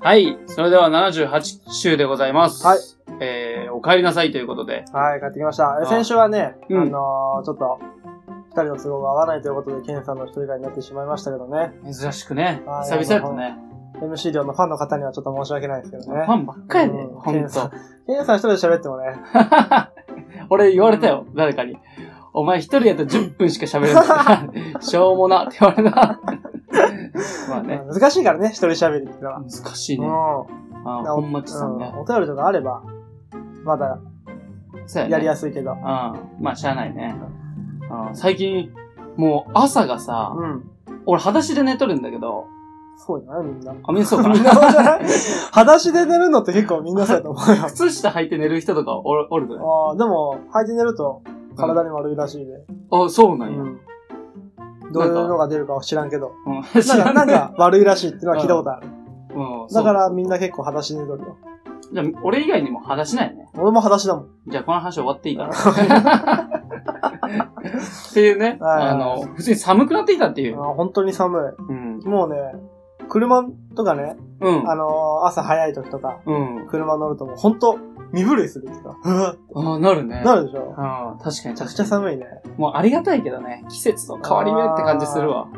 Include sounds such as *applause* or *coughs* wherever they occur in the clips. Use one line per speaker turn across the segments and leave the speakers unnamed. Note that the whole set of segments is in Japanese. はい。それでは78週でございます。
はい。
えー、お帰りなさいということで。
はい、帰ってきました。
あ
え先週はね、
うん
あのーちょっと、二人の都合が合わないということで、ケンさんの一人会になってしまいましたけどね。
珍しくね。
あ
久
ー
々やったね。
MC 量のファンの方にはちょっと申し訳ないですけど
フ
ね。
ァンばっかやね。
うん
ほ
ケ
ん
ンさ
と
ん。ケンさん一人で喋ってもね、
*laughs* 俺言われたよ、誰かに。お前一人やったら10分しか喋れない
*laughs*
しょうもなって言われた。まあね。
うん難しいからね、一人喋りっていうのは。
難しいね。
う
あ
ん。
ーほんまちさんね
う。お便りとかあれば、まだ
そうやね。
やりやすいけど。
うん。まあ、しゃあないね。うん最近、もう朝がさ、
うん。
俺裸足で寝とるんだけど、
そうじゃないみんな。
あ、みんなそうか
みんな *laughs* そうじゃ
な。
ない裸足で寝るのって結構みんなそうやと思うよ。
*laughs* 靴下履いて寝る人とかおるおるのよ。
あーでも、履いて寝ると体に悪いらしいで。
あ、そうなんや。
うん。どういうのが出るかは知らんけど。
うん。
*laughs* なんか、な
*laughs*
ん
知らね
か悪いらしいっていうのは聞いたことあ
*laughs*
る。
え、うん、。
だかららみんな結構裸足で寝とるよ。
じゃあ俺以外にも裸足ないね。
俺も裸足だもん。
じゃあ、この話終わ *laughs* っていいかな。っていうね、
はい
あの、普通に寒くなってきたっていう。
あー本当に寒
うん
い。。もうね、車とかね、
うん。
あのー朝早い時とか、
うん。
車乗るともう本当身震いするっていうか、うわ
ああ、なるね。
なるでしょ
うん。確かに
めちゃく
確
ち
か
ゃ
に。
寒いね。
もうありがたいけどね。季節の変わり目って感じするわ。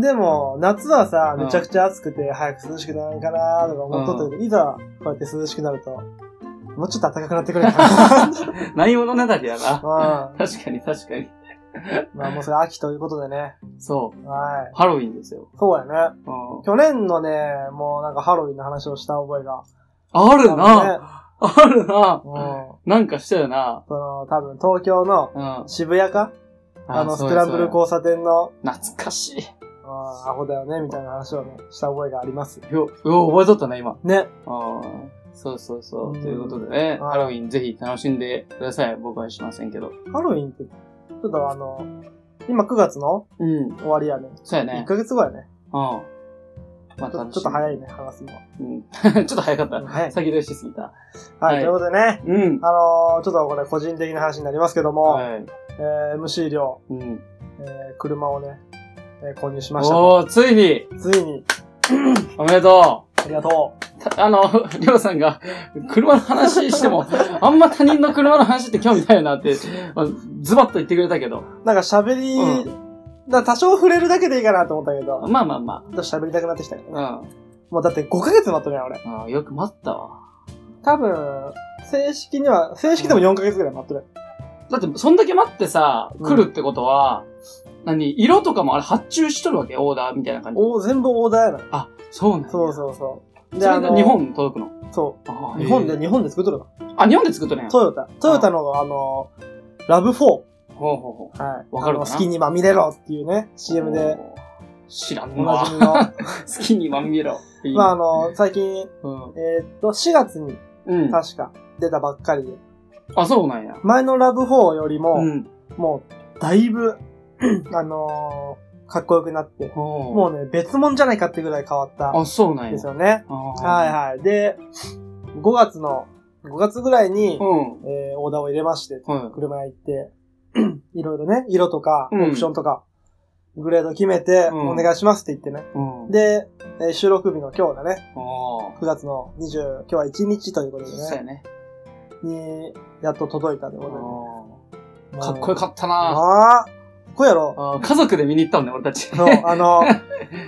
でも、夏はさ、
うん
めちゃくちゃ暑くて、早く涼しくならんかなーとか思っとったけど、いざ、こうやって涼しくなると、もうちょっと暖かくなってくれる
*laughs*
かな。
内容のねだりやな。
うん
確かに確かに。
まあもうそれ秋ということでね。
そう。
は
ハロウィンですよ。
い。そうやね。
うん
去年のね、もうなんかハロウィンの話をした覚えが。
ある
る
な、
ね。
あるな
うん。そ
なんかしたよな
の、多分東京の
うん。あ
渋谷かあの、スクランブル
コー
交差点の、
懐かしい。よ
うんアホだよね、みたいな話をね、した覚えがあります。
う、よう覚えとったな、今。
ね。
あーそうそうそう。
うん
ということでね、
はい
ハロウィンぜひ楽しんでください。僕はしませんけど。
ハロウィンって、ちょっとあの、今9月の
うん。
終わりやね。
そうや
1
ね。
ヶ月後やね。
うん。まあ、
ちょ
楽
ちょっと早いね、話すの。
い。うん。ちょっと *laughs* 早かった。
はい。
先取りしすぎた。
は
はい
い、ということでね、
うん。
あのーちょっとこれ個人的な話になりますけども、
はい。
えー MC 量、
うん。
えー車をね、えー購入しました。
おー、ついに、
ついに、
おめでとう。
ありがとう。
た *laughs* あの、りょうさんが、車の話して
*laughs*
も、あんま他人の車の話って興味ないよなって、まあズバッと言ってくれたけど。
なんか喋り、
う
だから多少触れるだけでいいかなと思ったけど、
まあまあま
ちょっと喋りたくなってきたけどね。
あ。
もうだって5ヶ月待ったね、俺。
うん。あよく待ったわ。
多分、正式には、正式でも4ヶ月ぐらい待ってる。
だって、そんだけ待ってさ、
うん
来るってことは、何色とかもあれ発注しとるわけオーダーみたいな感じ。
お全部オーダーやな。
あ、そうなん
そう
う。
そうそう。
それが
の
日本に届くの。
そ
あ
う。日本。
へ
で、
え
日本で作っとるの。
あ、日本で作っとるんや。
トヨタ。トヨタの、あの、ラブ4。
ほうほうほ
はい。
わかるかな
あの好きにまみれろっていうね、
う。
CM で、。
知らん
おなじ
な。
みの。
好きにまみれろ。いい
*laughs* まあ、あの、最近、
うん。
えーっと、4月に
うん。
確か出たばっかりで、
あ、そうなんや。
前のラブ4よりも、
うん。
もう、だいぶ、 *clears throat* あのーかっこよくなって、
も
もうね、別物じゃないかってぐらい変わった
あ、そうなん
ん
や。
ですよね。はい
は
はい。で、5月の、5月ぐらいに、
うん。
えーオーダーを入れまして、
は
車屋行って、 *clears throat* いろいろね、色とか、
うん
オプションとか、グレード決めて、
うん
お願いしますって言ってね。
い。うん。
で、えー収録日の今日だね、
ああ。
9月の20、今日は1日ということで
そうや
ね、
ね。
に、やっと届いたという
あ
こ
ー
とで。
かっこよ
かっ
かった
た。
な
ああ、こうやろ。
あー家族で見に行ったんだよ、俺たち。 *laughs*
そう、あの、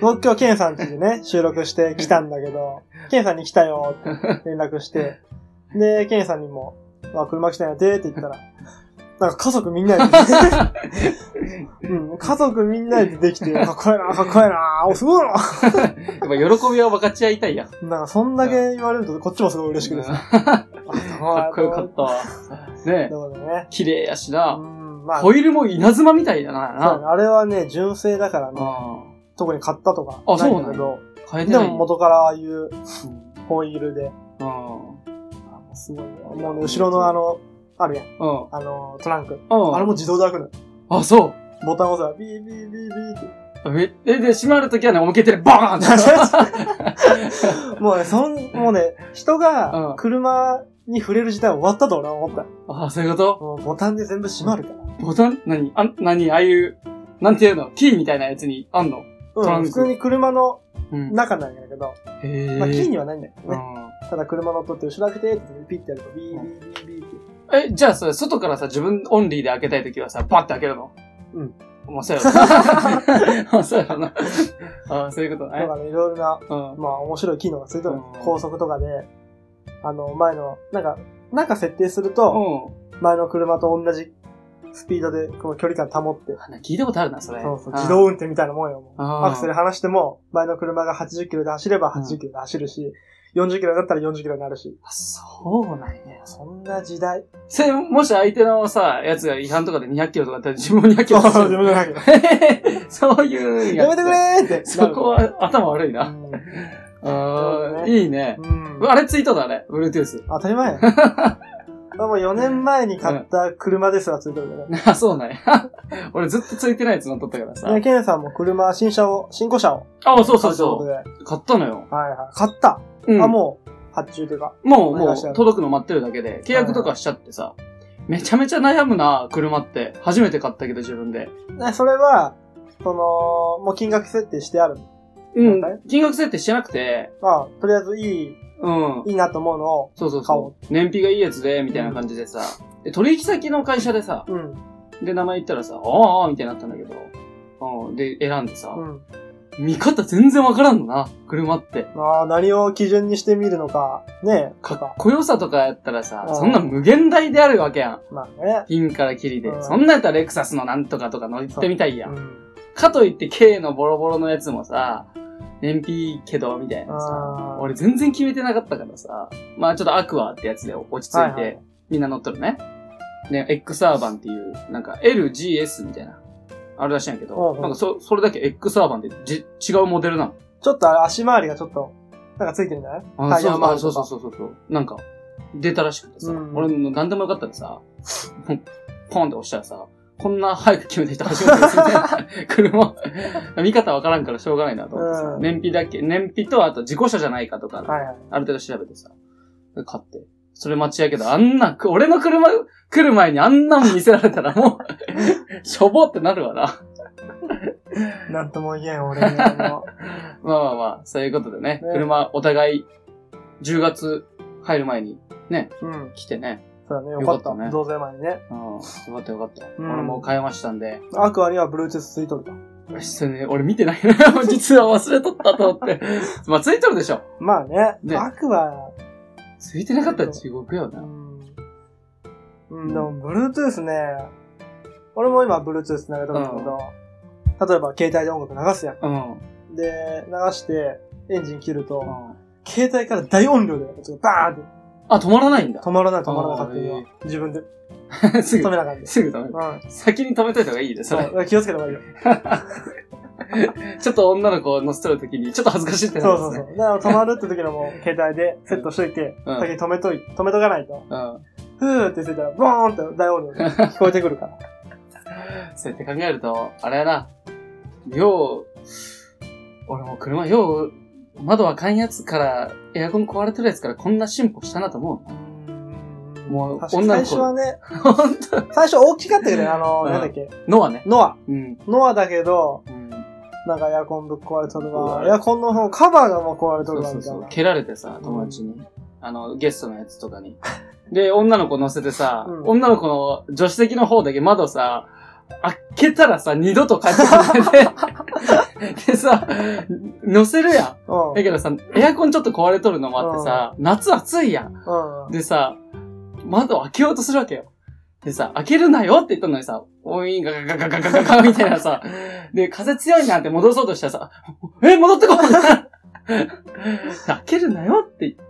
僕今日ケンさん家でね、収録して来たんだけど、ケンさんに来たよって連絡して、で、ケンさんにも、あ、車来たんやてって言ったら、なんか家族みんなで、うん、家族みんなでできて、かっこいいな、かっこいいな、お、すごいな。
やっぱ喜びは分かち合いたいやん。か
なんかそんだけ言われると、こっちもすごい嬉しくてさ。
っこよかったわ。ね
ということでね。
綺麗やし
う
な。
ん、まあ、そ
ホ
う
イールも稲妻みたいだな。
だねあれはね、純正だから
う
ね、
ん。
特に買ったとか。
あそう
だけど、
変えて
で
ない。
も元からああいう
うん
ホイールで、
うん。
すごいよ。もうね、後ろのあの、あるやん。
うん。
あの、トランク。
うん。
あれも自動で開くのよ。
あ、そ
ボタン押せば、ビービービービーって。
う。え、えで、閉まるときはね、思いっきり手でバーン
*laughs*
って。 *laughs*
もうね、そん、もうね、人
う
が
ん
車に触れる時代は終わったと俺は思った。
あ、そういうこと
もうボタンで全部閉まるから。
ボタン何あ、何ああいう、なんていうのキーみたいなやつにあんのトラン
うん、
ク
普通に車の
うん。
中なんやけど、
へぇ
まあ、キーにはないんだけど
う
ね。
ん。
ただ車乗っとって後ろ開けてって言ってピッてやると、ビービービービーって。
え、じゃあさ、外からさ、自分オンリーで開けたいときはさ、パッて開けるの
うん。
もうそうや
*laughs*
*laughs* ろ。そうやろな。あそういうこと
だ
ね
か。らね、いろいろな、
うん。
まあ面白い機能がついて
う
る
ん。
高速とかで、あの、前の、なんか、なんか設定すると、前の車と同じスピードで、この距離感保って、
うん。聞いたことあるな、それ。
そうそ
ん
う、自動運転みたいなもんよ。もう
あー
アクセル離しても、前の車が80キロで走れば80キロで走るし、40キロになったら40キロになるし。
あそうなんや。
そんな時代。
それ、もし相手のさ、やつが違反とかで200キロとかだったら自分も200キ
そ
ロ
う
走
自
る。
分じゃないけど。
*laughs* そういう
*laughs* やめてく
れ
れー *laughs* って。
そこは頭悪い
な
な。
る
あ
そう
あ、
ね
いいね
う。ん。うん
あれついただ、あれ。Bluetooth。
当たり *laughs* 前や。もう4年前に買った車ですらついてるよね。
あ、そうなんや。 *laughs* 俺ずっとついてないやつ乗っとったからさ。
ね、ケンさんも車、新車を、新古車を
あ、そうそ
買
う
うということ
そ
で。
う。買ったのよ。
はいはい。買った。
うん。
あ、もう、発注というか。
もう、
お
もう
願いします、
届くの待ってるだけで、契約とかしちゃってさ、めちゃめちゃ悩むな、車って。初めて買ったけど、自分で。
ねそれは、その、もう金額設定してある。
うん
了。
金額設定してなくて、
まあ、とりあえずいい、
うん。
いいなと思うのを、
そうそう
買
そ
お
う。燃費がいいやつで、みたいな感じでさ、で取引先の会社でさ、
うん、
で、名前言ったらさ、ああ、ああみたいになったんだけど、うん。で、選んでさ
う、ん。
見方全然わからんのな、車って。
まあ、何を基準にしてみるのか、ねえ、
か
と
っ
か。
こよさとかやったらさ
う、ん
そんな無限大であるわけやん。
まあね。
ピンからキリで
う。ん
そんなんやったらレクサスのなんとかとか乗ってみたいやん
う。ん。
かといって K のボロボロのやつもさ、燃費いいけど、みたいなさ。
あー
俺全然決めてなかったからさ。まあちょっとアクアってやつで落ち着い
はいは
て
い、
みんな乗っとるね。で、X アーバンっていう、なんか LGS みたいな、あるらしいんやけ
うん
ど、
うん
なんかそ、それだけ X アーバンってじ違うモデルなの。
ちょっとあれ足回りがちょっと、なんかついてるんじゃない
あ、そう
回
あ
り
そ
と
う
か
そうそうそうそう。なんか、出たらしくてさ、
うん
俺の何でもよかったらさ、 *laughs* もうポンって押したらさ、こんな早く決めた人初めてですみたい
*laughs*
な車、見方わからんからしょうがないなと思ってさ、
うん
燃費だっけ燃費とあと自己車じゃないかとか、
はいはい。
ある程度調べてさ、買って。それ待ちやけど、あんな、く俺の車来る前にあんなん見せられたらもう、
*laughs*
しょぼってなるわな。
なんとも言えん、俺には *laughs* もう。
まあまあまあ、そういうことでね、
ね
車お互い10月入る前に
うん。
来てね、
そうだね、よかっ
よかったね
た。増税前にね。
うん、よかったよかった。
うん
俺もう変えましたんで。
アクアには Bluetooth ついとると。
それね、俺見てないな。 *laughs* 実は忘れとったと思って。まあ、ついとるでしょ。
まあね、
ね
アクア、
ついてなかったら地獄よ
う
な。
ん。うん、でも Bluetooth ね、俺も今 Bluetooth 繋げとるんだけど、例えば携帯で音楽流すやん。
うん。
で、流して、エンジン切ると、
うん
携帯から大音量で、バーンって
あ、止まらないんだ。 *laughs*
止まらない止まらない勝手
あー
に
え。
自分で
す
止
ぐ、
めなかったんです。
すぐ止める。
うん。
先に止めといた方がいいで、そ
そ
れ。
う。気をつけた方がいいよ。
ちょっと女の子を乗せとるときに、ちょっと恥ずかしいってな
そ
る
うんそう
です
そ
ね。
う。だから止まるって時のもう携帯でセットしといて、
うん
先に止めとい、止めとかないと、
うん。
ふーってついたら、ボーンって大音量
*laughs*
で聞こえてくるから。
そうやって考えると、あれやな。よう、俺もう車、よう、窓あかんやつから、エアコン壊れてるやつからこんな進歩したなと思うな。もう
確かに
女の
最
子
初は
*laughs*
ね、最初大きかったけどね、あの、
うん
なんだっけ、
のはね。
ノア。
うん。
ノアだけど、
うん。
なんかエアコンぶっ壊れとる
う
わ。
わ
エアコンの方、カバーがもう壊れと
そ
る
う
わ、
そ
み
う
たい
そう
な。。
蹴られてさ、友達に。あの、ゲストのやつとかに。で、女の子乗せてさ、
うん
女の子の助手席の方だけ窓さ、開けたらさ、二度と帰ってこ
*laughs*
ないで。でさ、乗せるやん。
う
だけどさ、エアコンちょっと壊れとるのもあってさ、夏暑いやん。
ん。うん。
でさ、窓開けようとするわけよ。でさ、開けるなよって言ったのにさ、おい、ガガガガガガガガみたいなさ、で、風強いなって戻そうとしたらさ、え、戻ってこ *laughs* い開けるなよって言って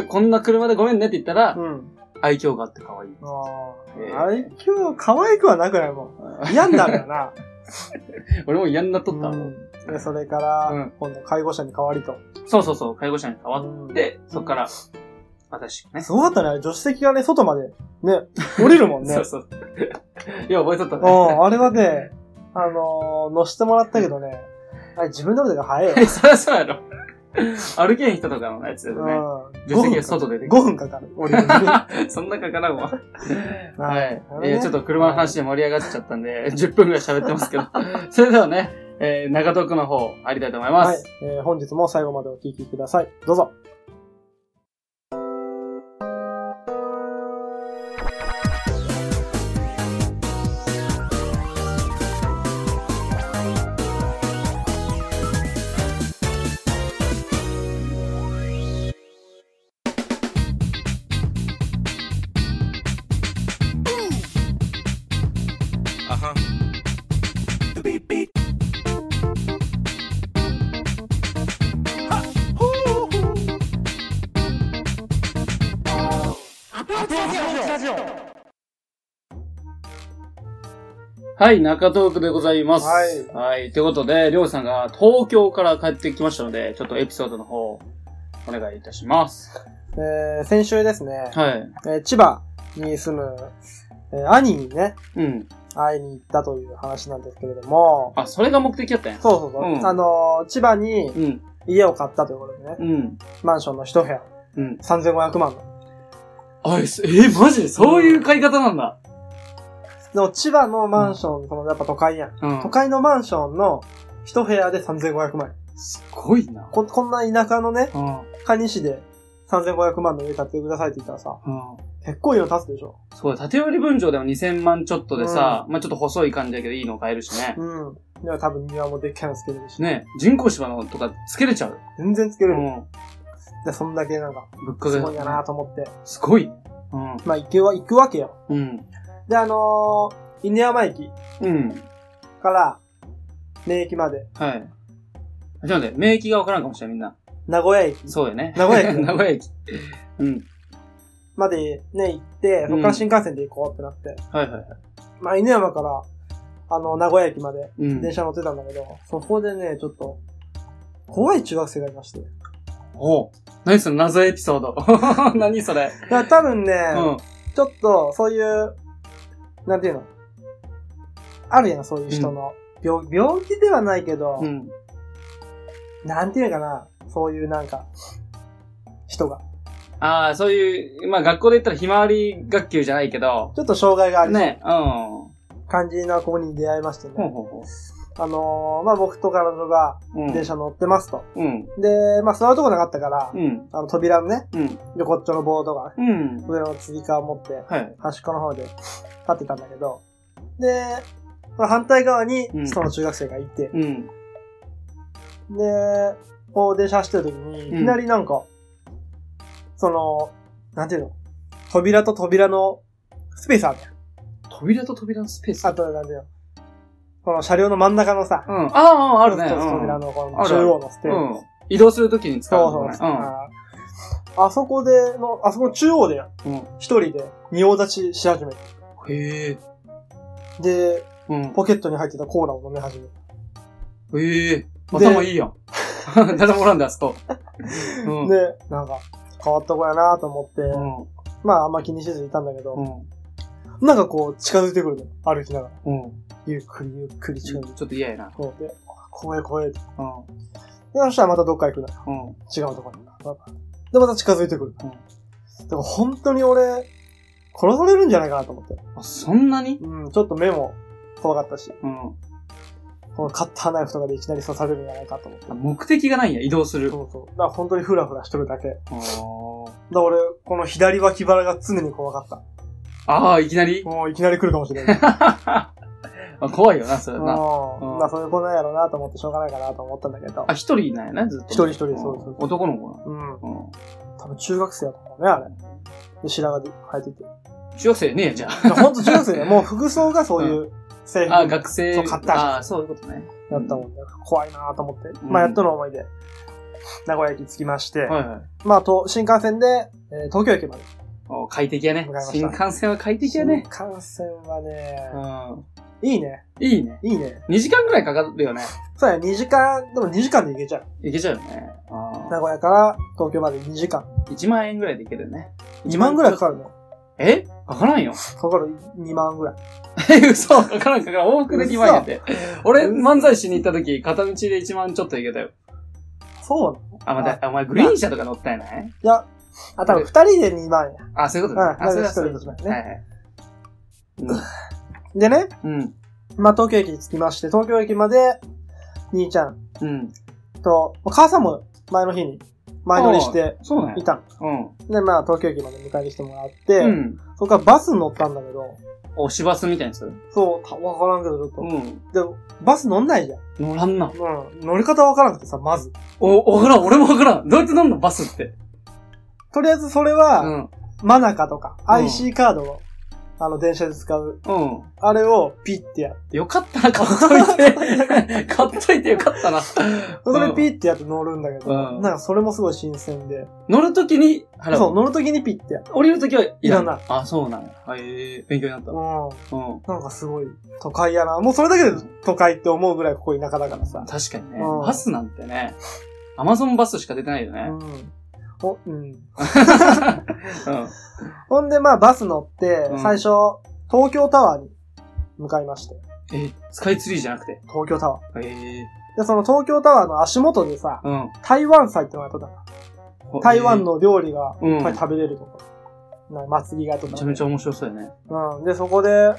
で、こんな車でごめんねって言ったら、
うん。
愛嬌があって可愛い。
ああ
え
あれ、今日、可愛くはなくないもん。嫌になる
*laughs*
よな。
俺も嫌になっとった
う
もん。
んで、それか
うん
ら、今度、介護者に代わりと。
そうそうそう、介護者に変わっ
うん
て、そっから、私ね。
すごかったね、あれ助手席がね、外まで、ね、降りるもんね。
そうそう。いや、覚えとった
う
ね。
ん、あれはね、あのー、乗せてもらったけどね、あれ自分で乗るとか早いよ。
*laughs* そりゃそうやろ。歩けん人とかのやつだよね。
うん
助手席が外出てくる
5分かかる。降りる *laughs* のに
そんなかからんわ。はい
なるほ。ど
え
ね
*laughs* ーちょっと車の話で盛り上がっちゃったんで、10分ぐらい喋ってますけど。それではね、えー、中トークの方、ありたいと思います。
はい、えー本日も最後までお聞きください。どうぞ。
Uh-huh. Beep beep. Attention!
はい、中トークでございます。
はい
はい。ということで、りょうさんが東京から帰ってきましたので、ちょっとエピソードの方、お願いいたします。
えー先週ですね、
はい。
えー千葉に住む、えー兄にね、
うん。
会いに行ったという話なんですけれども、
あ、それが目的やったんや。
そうそうそう、
うん
あのー千葉に
うん。
家を買ったということでね、
うん。
マンションの一部屋、
うん。
3500万の。
あ、え、すえーマジでそういう買い方なんだ。
でも千葉のマンション、そのやっぱ都会やん。
うん。
都会のマンションの一部屋で3500万円。
すごいな。
こ、こんな田舎のね、
うん。うん。
蟹市で3500万の家買ってくださいって言ったらさ、結構いいの立つでしょ。
そう、縦売り分譲でも2000万ちょっとでさ、まあちょっと細い感じだけどいいの買えるしね。
うん。では多分庭もでっかいのつけれるし。
ね人工芝のとかつけれちゃう。
全然つけ
う
れる。
ん。
で、そんだけなんか、
ぶっかけ
すごいやなと思って。
すごい。うん。
まあ、行くわ、行くわけよ。
うん。
で、あのー、犬山駅
うん。
から、名駅まで、
はい。ちょっと待って、名駅がわからんかもしれん、みんな。
名古屋駅
そうよね。
名古屋
*laughs*
駅
名古屋駅。うん。
までね、行って、そこから新幹線で行こうってなって。
はいはいはい。
まあ、犬山から、あの、名古屋駅まで
うん。
電車乗ってたんだけど、そこでね、ちょっと、怖い中学生がいまして。
おう何その謎エピソード。 *laughs* 何それ。
だから多分ね、
うん。
ちょっと、そういう、なんていうのあるやん、そういう人の。病病気ではないけど、
うん。
なんていうのかな、そういうなんか、人が。
ああ、そういう、まあ学校で言ったらひまわり学級じゃないけど。
ちょっと障害がある
ね。うん。ほ
感じな子に出会いましてね。
うほ
あのーまあ僕と彼女が
うほう。うん。
電車乗ってますと。
うん。
で、まあ座るとこなかったから、
うん。
あの扉のね、
うん。
横っちょのボードがね、
うん。
上の釣り革を持って、
はい。
端っこの方で立ってたんだけど、で、まあ反対側に
うん
その中学生がいて、
うん。
で、こう電車走ってる時に、いき
うん
なりなんか、その、なんていうの扉と扉のスペースあるやん。
扉と扉のスペース。
あと、なんていうのこの車両の真ん中のさ、
うん。ああ、あるね。
一つ
うん
扉のこ
あ
の
る
中央のスペース。
うん。移動するときに使
そう
う
そ
の
う
ね。
あーあそこでの、あそこの中央で
うん、
一人で仁王立ちし始めて。
うん。へえ。
で、
うん。
ポケットに入ってたコーラを飲み始めた。
ええ
で
頭いいやん。 *laughs* 誰もおらんだ、あ
*laughs*
そこ。うん。
で、なんか、変わった子やなと思って、
うん。
まああんま気にせずいたんだけ
う
ど、
ん。
なんかこう近づいてくるのよ。歩きながら。
うん。
ゆっくりゆっくり
ち
近
ょ
づいて
ちょっと嫌やな。
くる。で、あ怖え怖えって。で、
うん。
そしたらまたどっか行くのよ。
うん。
違うとこに。で、また近づいてくる。でも本当に俺、殺されるんじゃないかなと思って。
あ、そんなに
うん、ちょっと目も怖かったし。
うん。
このカッターナイフとかでいきなり刺されるんじゃないかと思って。
あ目的がないんや、移動する。
そうそう。だから本当にフラフラしとるだけ。だか
あー
ら俺、この左脇腹が常に怖かった。
あー、いきなり
もういきなり来るかもしれ *laughs* ない。
あ怖いよな、それ
うん。
な。うん
まあそういう子なんやろうなと思ってしょうがないかなと思ったんだけど
あ、。一人なんやね、ずっと。
一人一人そうそう
うん男の子な。
うん。
う
多分中学生だと思うね、あれ。で、白髪生えてて。
ん。中学生ねえやじゃあ。
いやほんと中学生だよ。もう服装がそういう制服だ
あ、
っ
学生。
そう買った
あーそういうことね。
たもんだから怖いなと思って。
ん
まあやっとの思いで、名古屋駅着きまして、
はいはい。
まあと新幹線で、えー東京駅まで。
お快適やね
わかり。まし
新
た
幹線は快適やね。
新幹線はね、
う
いいね。
ん。いいね。
いいね。
2時間くらいかかるよね。
そうや、2時間、でも2時間で行けちゃう。
いけちゃうよね。あ
名古屋から東京まで2時間。
ー1万円ぐらいでいけるよね。
2万ぐらいか
か
かるの
えかからんよ。
かかる2万ぐらい。
え、 *laughs* 嘘かからんかからん。往復で2万円やって。 *laughs* 俺、漫才しに行った時、片道で1万ちょっといけたよ。
そうなの
あ、また、あお前グリーン車とか乗ったんやない
いや、あ、多分2人で2万や。
あ、そういうことね。
うん
あ、それは
一人
そう
で
いうこ
一万
と
ね
はいはい。
でね、
うん。
まあ東京駅に着きまして、東京駅まで、兄ちゃん
うん。
と、まあ母さんも前の日に前乗りして
そうなんや
い。たの。
うん。
で、まあ、東京駅まで迎えに来てもらって、
うん。
そこからバスに乗ったんだけど、
お、市バスみたいなやつ
そう、たわからんけど、ちょっと。
うん。
でも、バス乗んないじゃん。
乗らんな。
うん。乗り方わからなくてさ、まず。
お、わからん。俺もわからん。どうやって乗んのバスって。
とりあえずそれ
う
は、
ん。
マナカとか、
ん
IC カードを、あの、電車で使う、
うん。
あれをピッてやって、
よかったな、買っとい *laughs* て。買っといてよかったな。
それ
うん
ピッてやって乗るんだけど、
うん
なんかそれもすごい新鮮で、
乗るときに払う。
そう、乗るときにピッてやって、
降りるときはい
いらない。
あ、そうなんや。はい、えー勉強になった。
うん。
うん。
なんかすごい、都会やな。もうそれだけで都会って思うぐらいここ田舎だからさ。
確かにね
うん。
バスなんてね、アマゾンバスしか出てないよ
う
ね。
ん。お、うん。
うん。
ほんで、まあ、バス乗って
う、ん
最初、東京タワーに向かいまして。
え、スカイツリーじゃなくて。
東京タワー。
ええ
で、その東京タワーの足元でさ、
うん。
台湾祭ってのがあったから。台湾。の料理が
うん
いっぱい食べれるとか。なんか祭りがと
め
か。
ちゃめちゃ面白そうよね。
うん。で、そこで、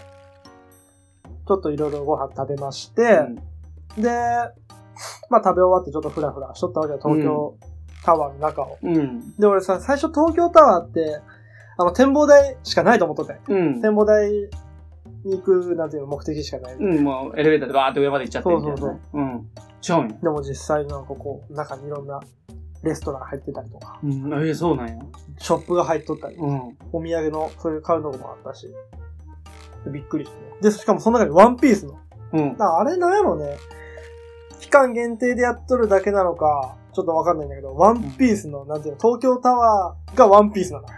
ちょっといろいろご飯食べまして、で、まあ食べ終わってちょっとフラフラしとったわけよ、東京タワーの中を。
うん。うん。
で、俺さ、最初東京タワーって、あの、展望台しかないと思っとったよ。
うん。
展望台に行く、なんていうの、目的しかない。
うん、もうエレベーターでバーって上まで行っちゃってみたいな、ね。
そうそう
うん。違うんや。
でも実際なんかこう、中にいろんなレストラン入ってたりとか、
うん。ええそうなんや。
ショップが入っとったり、
うん。
お土産の、そういう買うのもあったし、びっくりして、ね。で、しかもその中にワンピースの。
うん。
なあれなんやろね。期間限定でやっとるだけなのか、ちょっとわかんないんだけど、ワンピースの、なんていうの、東京タワーがワンピースなのよ。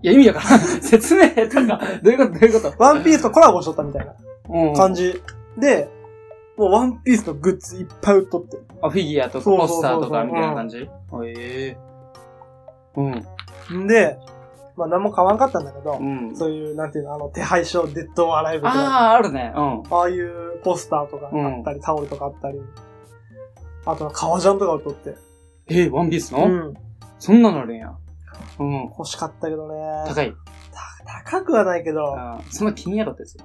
いや、意味わからん。 *laughs* 説明下手か。どういうことどういうこと
ワンピースとコラボしとったみたいな
うん。
感じ。で、もうワンピースのグッズいっぱい売っとって。
あフィギュアとか
そうそう
ポ
そ
ス
うそう
ターとかみたいな感じええうん。
んで、まあ何も買わんかったんだけど
う、ん。
そういう、なんていうの、あの、手配書、デッドアライブとか、あ
ああー、あるね。うん。
あいうポスターとかあったり、タオルとかあったり、あとは革ジャンとか売っとって。
えー、ワンピースの、
うん。
そんなのあるんや。うん。
欲しかったけどね。
高い。
高くはないけど、
あーそんな気にやろってやつ。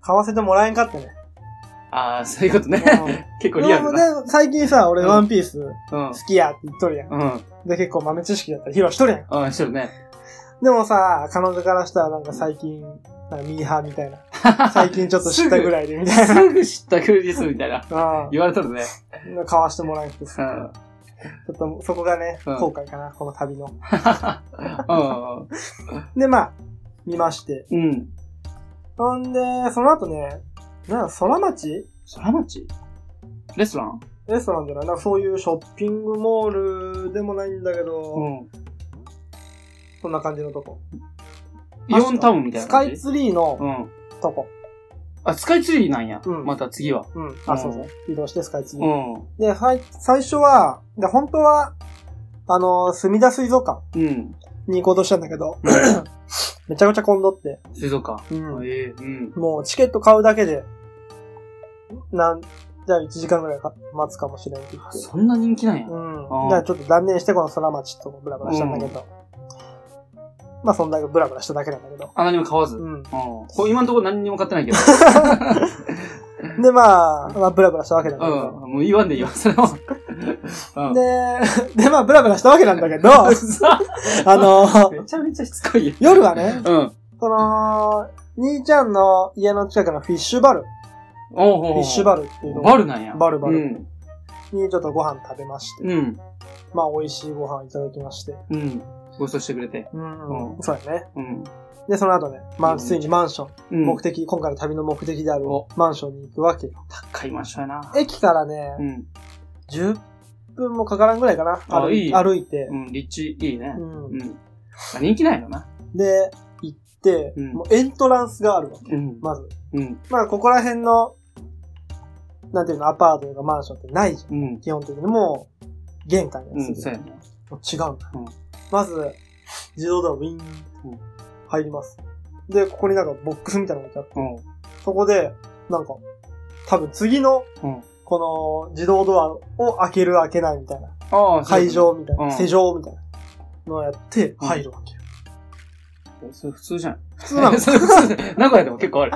買わせてもらえんかったね。
ああ、そういう *laughs* ことね。結構リ
で
アル
も
だ。
ね、最近さ、俺
うん
ワンピース
うん
好。きやって言っとるやん。
うん。
で、結構豆知識だったり披露しとるやん。
うん、してるね。
でもさ、彼女からしたらなんか最近、なんかミーハーみたいな。最近ちょっと知ったぐらいでみたいな。
*laughs* すぐ知ったクリスみたいな。 *laughs*
うん
言われとるね。
買わしてもらえなくて
う
さ。
ん。
ちょっとそこがね、
うん
後悔かな、この旅の。
うん
で、まあ、見まして。
うん。うん。
ほんで、その後ね、なんか空町
空町レストラン
レストランじゃないなんかそういうショッピングモールでもないんだけど、
うん。
そんな感じのとこ。
イオンタウンみたいな
スカ
感
イ
じ。
ツリーの
うん。
とこ。
あ、スカイツリーなんや。
うん
また次は。
うん。あ、
うん
そうそう。移動してスカイツリ
う
ー。
ん。
で、はい、最初は、で、本当は、あの、墨田水族館
うん。
に行こうとしたんだけど、 *coughs* めちゃくちゃ混んどって、
水族館。
うん
ええうん。
もうチケット買うだけで、なん、じゃあ1時間ぐらいか待つかもしれんって言って。
そんな人気なんや。
うん
あ。ー
じゃあちょっと断念してこの空町とブラブラしたんだけど。まあそんだけブラブラしただけなんだけど。
あ、何も買わず。うん。
うん。
これ今のところ何にも買ってないけ *laughs* ど。
でまあ、まあブラブラしたわけなんだけど。
うん。もう言わんでいいわ、それ *laughs* は。うん。
で、 *laughs* でまあブラブラしたわけなんだけ
*laughs*
ど、あ
うざ
の、
めちゃめちゃしつこいよ。
夜はね、
うん。
その、兄ちゃんの家の近くのフィッシュバル、
おうおう
フ
お
ィ
う
ッシュバルっていうの
バルなんや。
バルバル
うん。
にちょっとご飯食べまして、
うん。
まあ美味しいご飯いただきまして、
うん。ごちそうしてくれて。
うん
うん
そうやね。
うん。
で、その後ね、ま
う
あ、
ん
ついにマンション、
うん。
目的、今回の旅の目的である
お
マンションに行くわけよ。
高いマンションやな。
駅からね、
うん。
10分もかからんぐらいかな。
あ
歩
いい
歩いて
う、ん。立地いいね。
うん
うん。まあ人気ないのな。
で、行って、
うん
もうエントランスがあるわけ。
うん。
まず。
うん。
まあ、ここら辺の、なんていうの、アパートとかマンションってないじゃん。
うん。
基本的にもう、玄関
う
や
ん。
つ
そうやね。
もう違うんだ。
うん
まず、自動ドアウィーン
うん
入ります。で、ここになんかボックスみたいなのがあって、
うん。
そこで、なんか、多分次の、
うん
この自動ドアを開ける開けないみたいな、
ああ、
会場みたいな、
うん
施錠みたいなのをやって
うん
入るわけ
*laughs*
よ。
そうやね。それ普通じゃん。
普通なの
*laughs* それ普通名古屋でも結構ある。。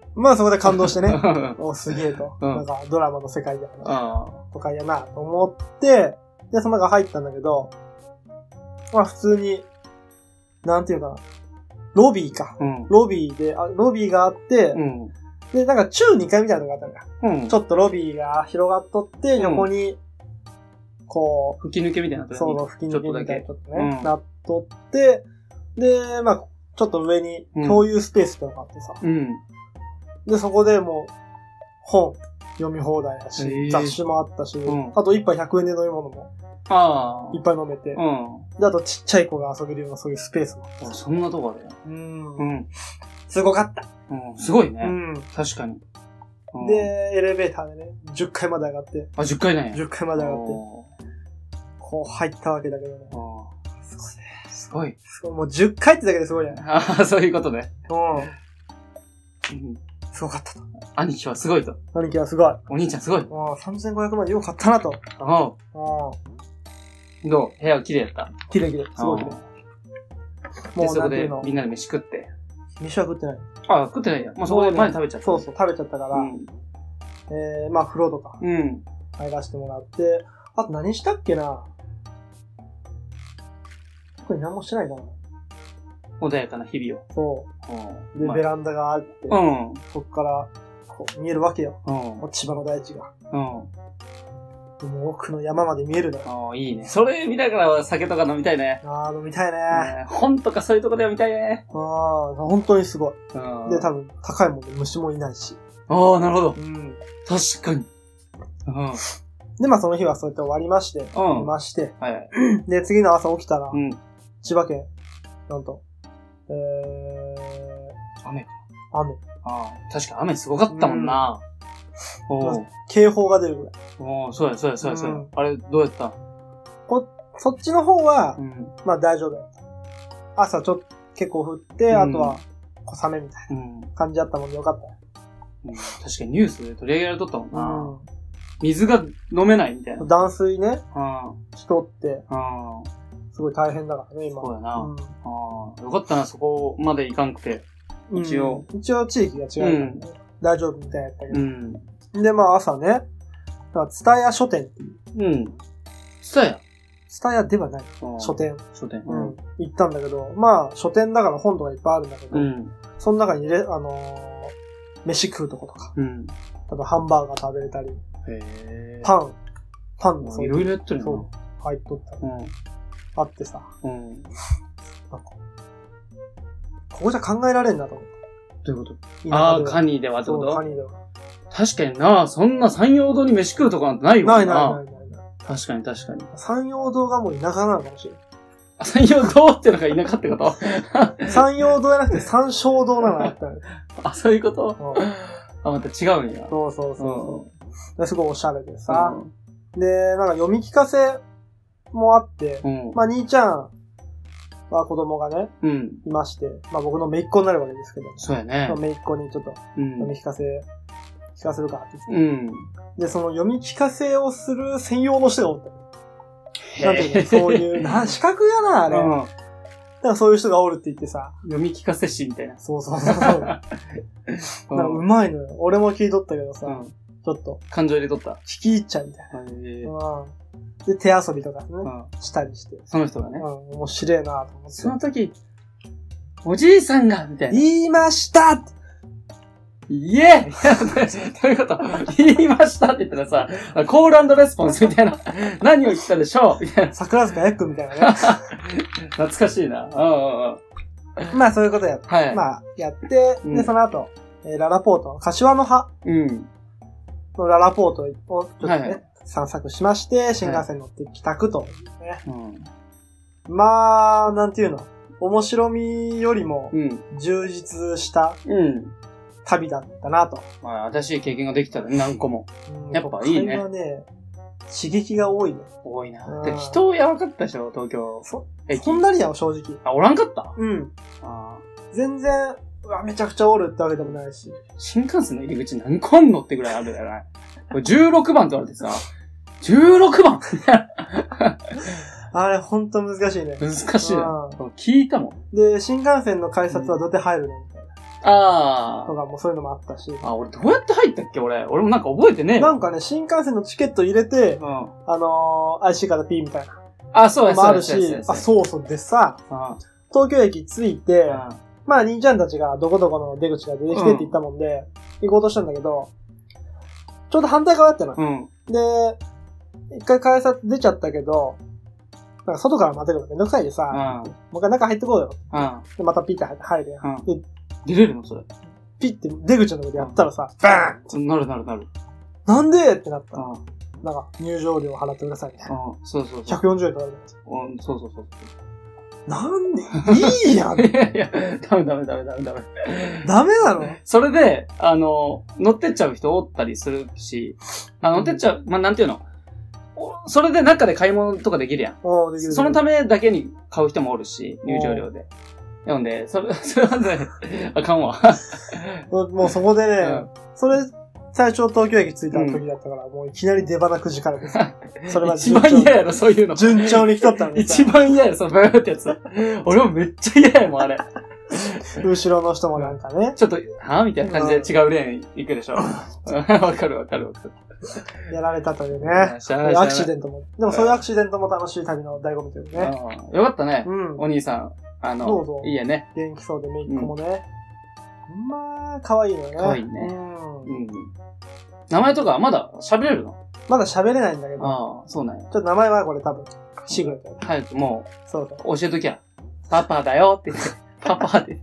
*laughs* まあそこで感動してね
うん
おすげえと。
うん
なんかドラマの世界やな、
あ
とかやな、と思って、で、その中入ったんだけど、まあ普通に、なんていうのかな。ロビーか。
ーうん。
ロビーで、あロビーがあって、
うん。
で、なんか中2階みたいなのがあったんだよ。
うん。
ちょっとロビーが広がっとっ
う
て、
ん
横に、こ
吹き抜けみたいな
う、その吹き抜け
ちょっとだ
みたい
け
な、ちょっとね
う、ん
なっとって、で、まあ、ちょっと上に
うん
共有スペースってのがあってさ、
うん。
で、そこでもう、本読み放題だし、
へえ
雑誌もあったし、
うん
あと一杯100円で飲み物も
ああ。
いっぱい飲めて、
うん。
で、あとちっちゃい子が遊べるようなそういうスペースもあって
あ
さ、
そんなとこあるよ。
うん
うん。
すごかった。
うん。すごいうね。
ん
確かに。うん
で、エレベーターでね、10階まで上がって、
あ、10回なんや。
10階まで上がって、
お
こう入ったわけだけどね
ー。お
すごいね。
ーすごい。
すごいもう10回ってだけですごいね。
ああ、そういうことね。
う
うん
ん。すごかったと。
兄貴はすごいと。
兄貴はすごい。
お兄ちゃんすごいと。
うん、3500万でよかったなと。
ああ。
う
どう部屋は綺麗だった。
ん。綺麗綺麗。すごい綺麗。
で、
もう
そ
な
こ
んてい
で
うの
み、んなで飯食って。
飯は食ってない。
ああ、食ってないや。もうそこで前に食べちゃった。
そうそう、食べちゃったから、
うん。
えー、まあ風呂とか
うん。
入らせてもらって、あと何したっけな特に何もしてないな。
穏やかな日々を。
そ
うん
う。で、
まあ
ベランダがあって、
うん。
そっから、こう見えるわけよ。
うん。
もう千葉の大地が。
うん。
もう奥の山まで見えるのよ。
ああ、いいね。それ見ながら酒とか飲みたいね。
あー、飲みたいね。
ね本とかそういうとこでは見たいね。
うん、本当にすごい。
うん。
で、多分、高いもんで虫もいないし。
ああ、なるほど。
うん。
確かに。うん。
で、まあその日はそうやって終わりまして、
うん
いまして、
はいはい。
で、次の朝起きたら、
うん。
千葉県、なんと、えー、
雨か。
雨、
ああ、確か雨すごかったもんな。おう
警報が出るぐらい。
おうそうや、そうや、そうや、そう
う
や
ん。
あれ、どうやった
そっちの方は
う、ん。
まあ大丈夫だった。朝ちょっと結構降って、
うん
あとは小雨みたい
うん。
な感じだったもんでよかったよ。
うん確かにニュースで取り上げられとったもんな。水が飲めないみたいな。
うん断水ね、
うん。うん。
しとって、
そ
すごい大変だからね、今。
うやな。
ん
ああ、よかったな、そこまで行かんくて。一応。
うん一応地域が違うからね。大丈夫みたいやったけ
う
ど。
ん。
で、まあ朝ね、ツタヤ書店、
うん。そうや。
ツタヤではない、
うん
書。店、
書店。
うん行ったんだけど、まあ書店だから本とかいっぱいあるんだけど、
うん。
その中にね、あのー飯食うとことか、
うん。
例えばハンバーガー食べれたり、
へえ。
パン、パンの
も
そう
い
ういう
ろいろやってる
そ
よ
う、入っとったり
な。
あってさ、
うん。うん。ど
なんか、ここじゃ考えられんなと思っ
ういうこと
て。
ああ、
ニ
カニではってこ
そう、
と
カニだよ。
確かにな、そんな山陽堂に飯食うとこなんてないよ
ないないないないない。
確かに確かに。
山陽堂がもう田舎なのかもしれな
あ山陽堂ってのが田舎ってこと
い。 *laughs* 山陽堂じゃなくて山椒堂なの *laughs* やったのよ。
*laughs* あ、そういうこと
うん
あ、また違うんや。
そうそう
うん
そうそう。ですごいおしゃれでさ。で、なんか読み聞かせもあって、
うん。
まあ兄ちゃんは子供がね、
うん。
いまして、まあ僕の姪っ子になるわけですけど、
そうやね
その。姪っ子にちょっと
うん
読み聞かせ、聞かせるかって言って
うん。
で、その読み聞かせをする専用の人がおったの。なんていうのそ
*laughs*
ういう、な、資格やな、あれ。だ
うん
からそういう人がおるって言ってさ。
読み聞かせ師みたいな。
そうそうそうそ
*laughs*
う。なん
う
かうまいのよ。俺も聞いとったけどさ、
うん
ちょっと、
感情入れとった。
聞き入っちゃうみたい
うん
な。うん。で、手遊びとかね、したりして。
その人が
う
ね
ん、。面白いなと思
その
って。
時、おじいさんがみたいな。
言いましたって
イエー *laughs* どういうこと言いましたって言ったらさ、コールレスポンスみたいな。何を言ったでしょうみ *laughs* たいな。
桜塚エッグみたい
*laughs*
なね。
懐かしいな。うんうんうん。
まあそういうことやって。
はい。あ、
まあ、やって、
うん
で、その後、えーララポートの、柏の葉
うん。
のララポートをちょっとね、
はいはい
散策しまして、新幹線に乗って帰宅というね。
うん。
まあ、なんていうの。面白みよりも
うん。
充実した
うん。
旅だったなと。
まあ、新しい経験ができたらね何個も
うん
やっぱいいね
都会はね、刺激が多いね。
多いな。
うん
人やばかったでしょ東京
そ、
駅。
そんなにやよ、正直。
あ、おらんかった
うん。
あー
全然、うわ、めちゃくちゃおるってわけでもないし。
新幹線の入り口何個あんのってぐらいあるじゃないこれ ?16 番って言われてさ、16番
あれ、ほんと難しいね。
難しいな。
う
聞いたもん。
んで、新幹線の改札はどうやって入るのみたいな。
あ
とかもそういうのもあったし。
あ。あ、俺どうやって入ったっけ俺。俺もなんか覚えてねえ
な
わ。
んかね、新幹線のチケット入れて、
うん。
あのー、IC から P みたいな
あ、そう
の
や、
も
そ
あ
うや、
る
そうや
し
そうや、
あ、そうそう。でさ、
う
東京駅着いて、
ん。
まあ、兄ちゃんたちがどこどこの出口が出てきてって言ったもんで、行こうとしたんだけど、ちょうど反対側だったの。
うん。
で、一回改札出ちゃったけど、なんか外から待てるのめんどくさいでさ、
う
も
ん。
う一回中入ってこうよ。
うん。
で、またピッて入って入るやん。
うん。出れるのそれ。
ピッて出口のとこでやったらさ、バーン
そうなるなるなる。
なんでってなっ
う
た。
ん。うん。
なんか、入場料払ってくださいみたいな。
そうそうそう。
140円取られる。
うん、そうそう *laughs* そう。
なんでいい
*laughs*
やん
いやいや、ダメダメダメダメダメ。
ダメなの
それで、あの、乗ってっちゃう人おったりするし、あ乗ってっちゃう、まあ、なんていうのおそれで中で買い物とかできるやん。
おーできるできる
そのためだけに買う人もおるし、入場料で。なんで、それ、それはね、あかんわ。
もうもうそこでね、
うん
それ、最初東京駅着いた時だったから、もういきなり出花くじから
*laughs*
です。それは
一
順調
番嫌やろ、そういうの。
順調に来とったのにさ
一、番嫌やろ、そのブーってやつ。俺もめっちゃ嫌やもん、あれ。
後ろの人もなんかね、
ちょっと、はぁみたいな感じで違うレーン行くでしょ。 *laughs* わかるわかるわかる。
やられたというね。
しゃあないしゃあない
アクシデントも。でもそういうアクシデントも楽しい旅の醍醐味というね。
うんよかったね
う。ん。
お兄さん、あ
そ
の
うそ、う
いいやね。
元気そうでめいっ子もね。まあ、可愛いよね。
可愛いね
うん。
うん。名前とかまだ喋れるの
まだ喋れないんだけど、ちょ
ああ、そうなんや
っ。と名前はこれ多分、シグレットだね
早くも
そうだ。
う、教えときゃ。パパだよって言って。パパって。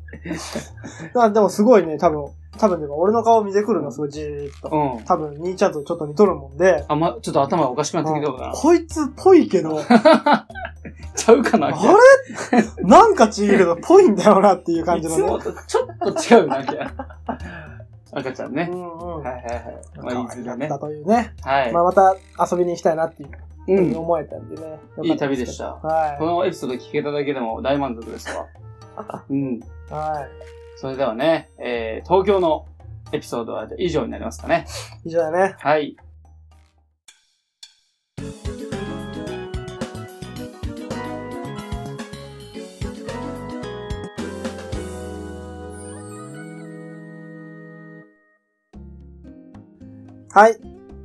まあでもすごいね、多分、多分でも俺の顔見てくるのすごいじーっと。
うん。
多分、兄ちゃんとちょっと似とるもんで、
あんま、ちょっと頭おかしくなってきた
う
か
んこいつっぽいけ
*laughs*
ど、
ら。ちゃうかな
あ
みたいな
れなんか違うけど、ぽいんだよなっていう感じの
いつ
ね。
もとちょっと違うな、みたいな。赤ちゃん
う
ね。
んうん。
はいはいはい。まあ、いずれね
だ。というね。
はい
ま。あまた遊びに行きたいなっていう
う
ふうに
ん。
思えたんでね。
いい旅でしたこ
は
のエピソード聞けただけでも大満足ですわ。うん。
い。は
それではね、えー、東京のエピソードは以上になりますかね。
い。以上だね。
はい。
はい。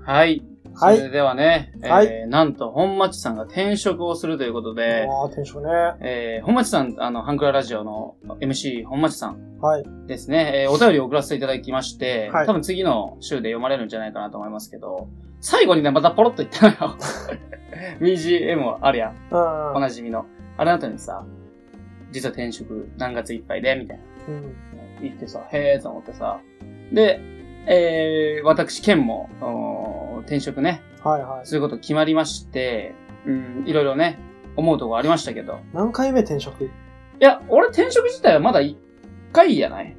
はい。
はい
それではね、えー
は
なんと本町さんが転職をするということで、
ああ、テンションね。
えー、本町さん、あの、ハンクララジオの MC 本町さん
はい。
ですね、えー、お便りを送らせていただきまして、
はい
多分次の週で読まれるんじゃないかなと思いますけど、最後にね、またポロッと言ったのよ。BGM あるやん。
うん
おなじみの。あれなたにさ、実は転職何月いっぱいで、みたいな。
うん。
言ってさ、へえと思ってさ。で、えー、私、県も、おー転職ね、
はいはい。
すること決まりまして、うん、いろいろね、思うとこありましたけど。
何回目転職
いや、俺転職自体はまだ一回やない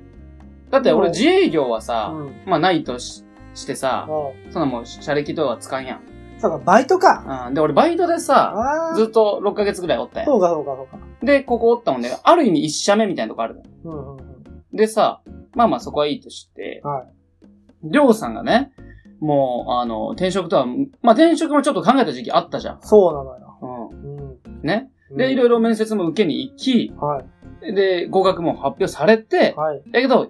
だって俺
お
自営業は
う
さ、
ん。
まあないとししてさ、
う
そんなもう、車歴とはつかんやん。
ん。そうか、バイトか。
うん、で、俺バイトでさ、
ああ。
ずっと6ヶ月ぐらいおったや
そうか、そうか、そうか。
ん。で、ここおったもんで、ある意味一社目みたいなとこあるの
うんうんうん。
でさ、まあまあそこはいいとして、
は
りょうさんがね、もう、あの、転職とは、まあ転職もちょっと考えた時期あったじゃん。
そうなのよ。
う。
うん
ね。
ん。
で、いろいろ面接も受けに行き、
はい。
で、合格も発表されて、
はい。
だけど、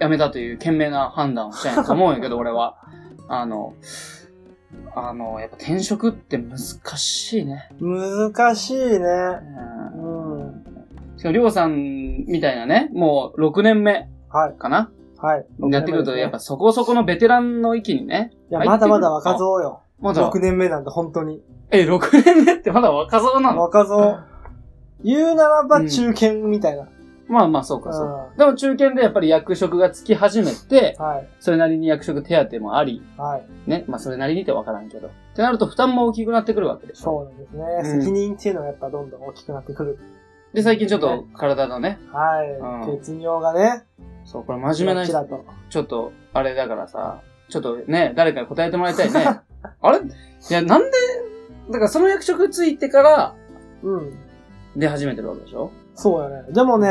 辞めたという賢明な判断をしたんやと思うん *laughs* やけど、俺は。あの、あの、やっぱ転職って難しいね。
難しいね。
う
うん。
ん。しかも、りょうさんみたいなね、もう6年目
はい。
かな
はい。
やってくると、やっぱそこそこのベテランの域にね、
いや、まだまだ若造よ。
まだ
6、年目なんで、本当に。
え、6年目ってまだ若造なの
若造。言うならば中堅みたいな。
まあまあ、そう
う
か、そうか。
ん。
でも中堅でやっぱり役職がつき始めて、
はい。
それなりに役職手当もあり、
はい。
ね。まあそれなりにってわからんけど。ってなると負担も大きくなってくるわけでしょ。
そうなんですね。
うん
責任っていうのがやっぱどんどん大きくなってくる。
で、最近ちょっと体のね、
はい。
うん
血尿がね、
そう、これ真面目な
ち
人
らちらと。
ちょっと、あれだからさ、ちょっとね、誰かに答えてもらいたい
*laughs*
ね。あれいや、なんで、だからその役職ついてから
うん。
出始めてるわけでしょ
そうやね。でもね、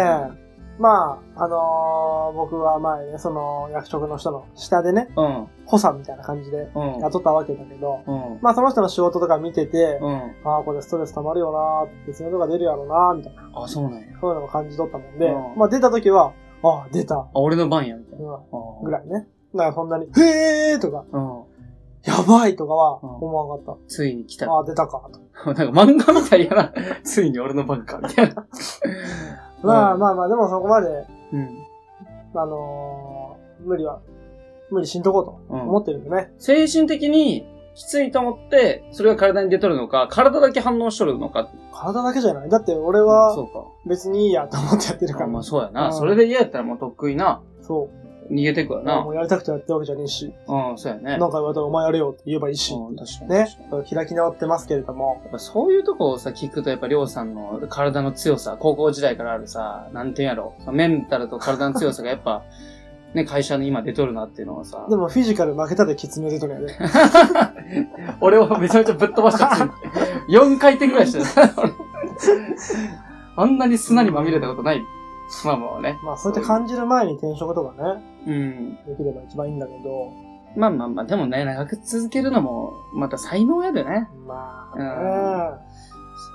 まあ、あのー僕は前ね、その役職の人の下でね、
うん、
補佐みたいな感じで
うん、
雇ったわけだけど、
うん、
まあその人の仕事とか見てて、
うん。
ああ、これストレス溜まるよなー、別のとか出るやろなー、みたいな、
あ、そうなんや。
そういうのも感じ取ったもんで、
うん
まあ出た時は、あああ、出た。
俺の番や、みたいな。
うん
あ
ぐらいね。だからそんなに、へーとか、
うん。
やばいとかは
うん
思わなかっ
ついに来
た。
た。 *laughs*
ああ、出たかと。
なんか漫画みたいやな。 *laughs* ついに俺の番か、みたいな。
まあまあまあ、でもそこまで、
うん。
あのー、無理は、無理しんとこうと
う
思
ん。
ってるんでね。
精神的にきついと思って、それが体に出とるのか、体だけ反応しとるのか。
体だけじゃないだって俺
そ
は
うか。
別にいいやと思ってやってるか
あまあ
ら。
そうや
う
な。
ん
それで嫌やったらもうとっくにな、
そ
逃げてくわ
う。
な
も。うやりたくてやってるわけじゃねえし、
うん、そうやね。
なんか言われたらお前やれよって言えばいいし。
うん、確かに。
ね
確かに。
開き直ってますけれども。
やっぱそういうとこをさ、聞くと、やっぱりょうさんの体の強さ、高校時代からあるさ、なんていうんやろ、そのメンタルと体の強さがやっぱ、 *laughs* ね、会社に今出とるなっていうのはさ、
でもフィジカル負けたで血尿出とる
*laughs*
んやで。
俺はめちゃめちゃぶっ飛ばしたっ4 *laughs* 回転ぐらいしてる。俺あんなに砂にまみれたことない。まあまあね。
まあそうやって感じる前に転職とかね、
うん。
できれば一番いいんだけど、
まあまあまあ、でもね、長く続けるのも、また才能やでね。
まあね、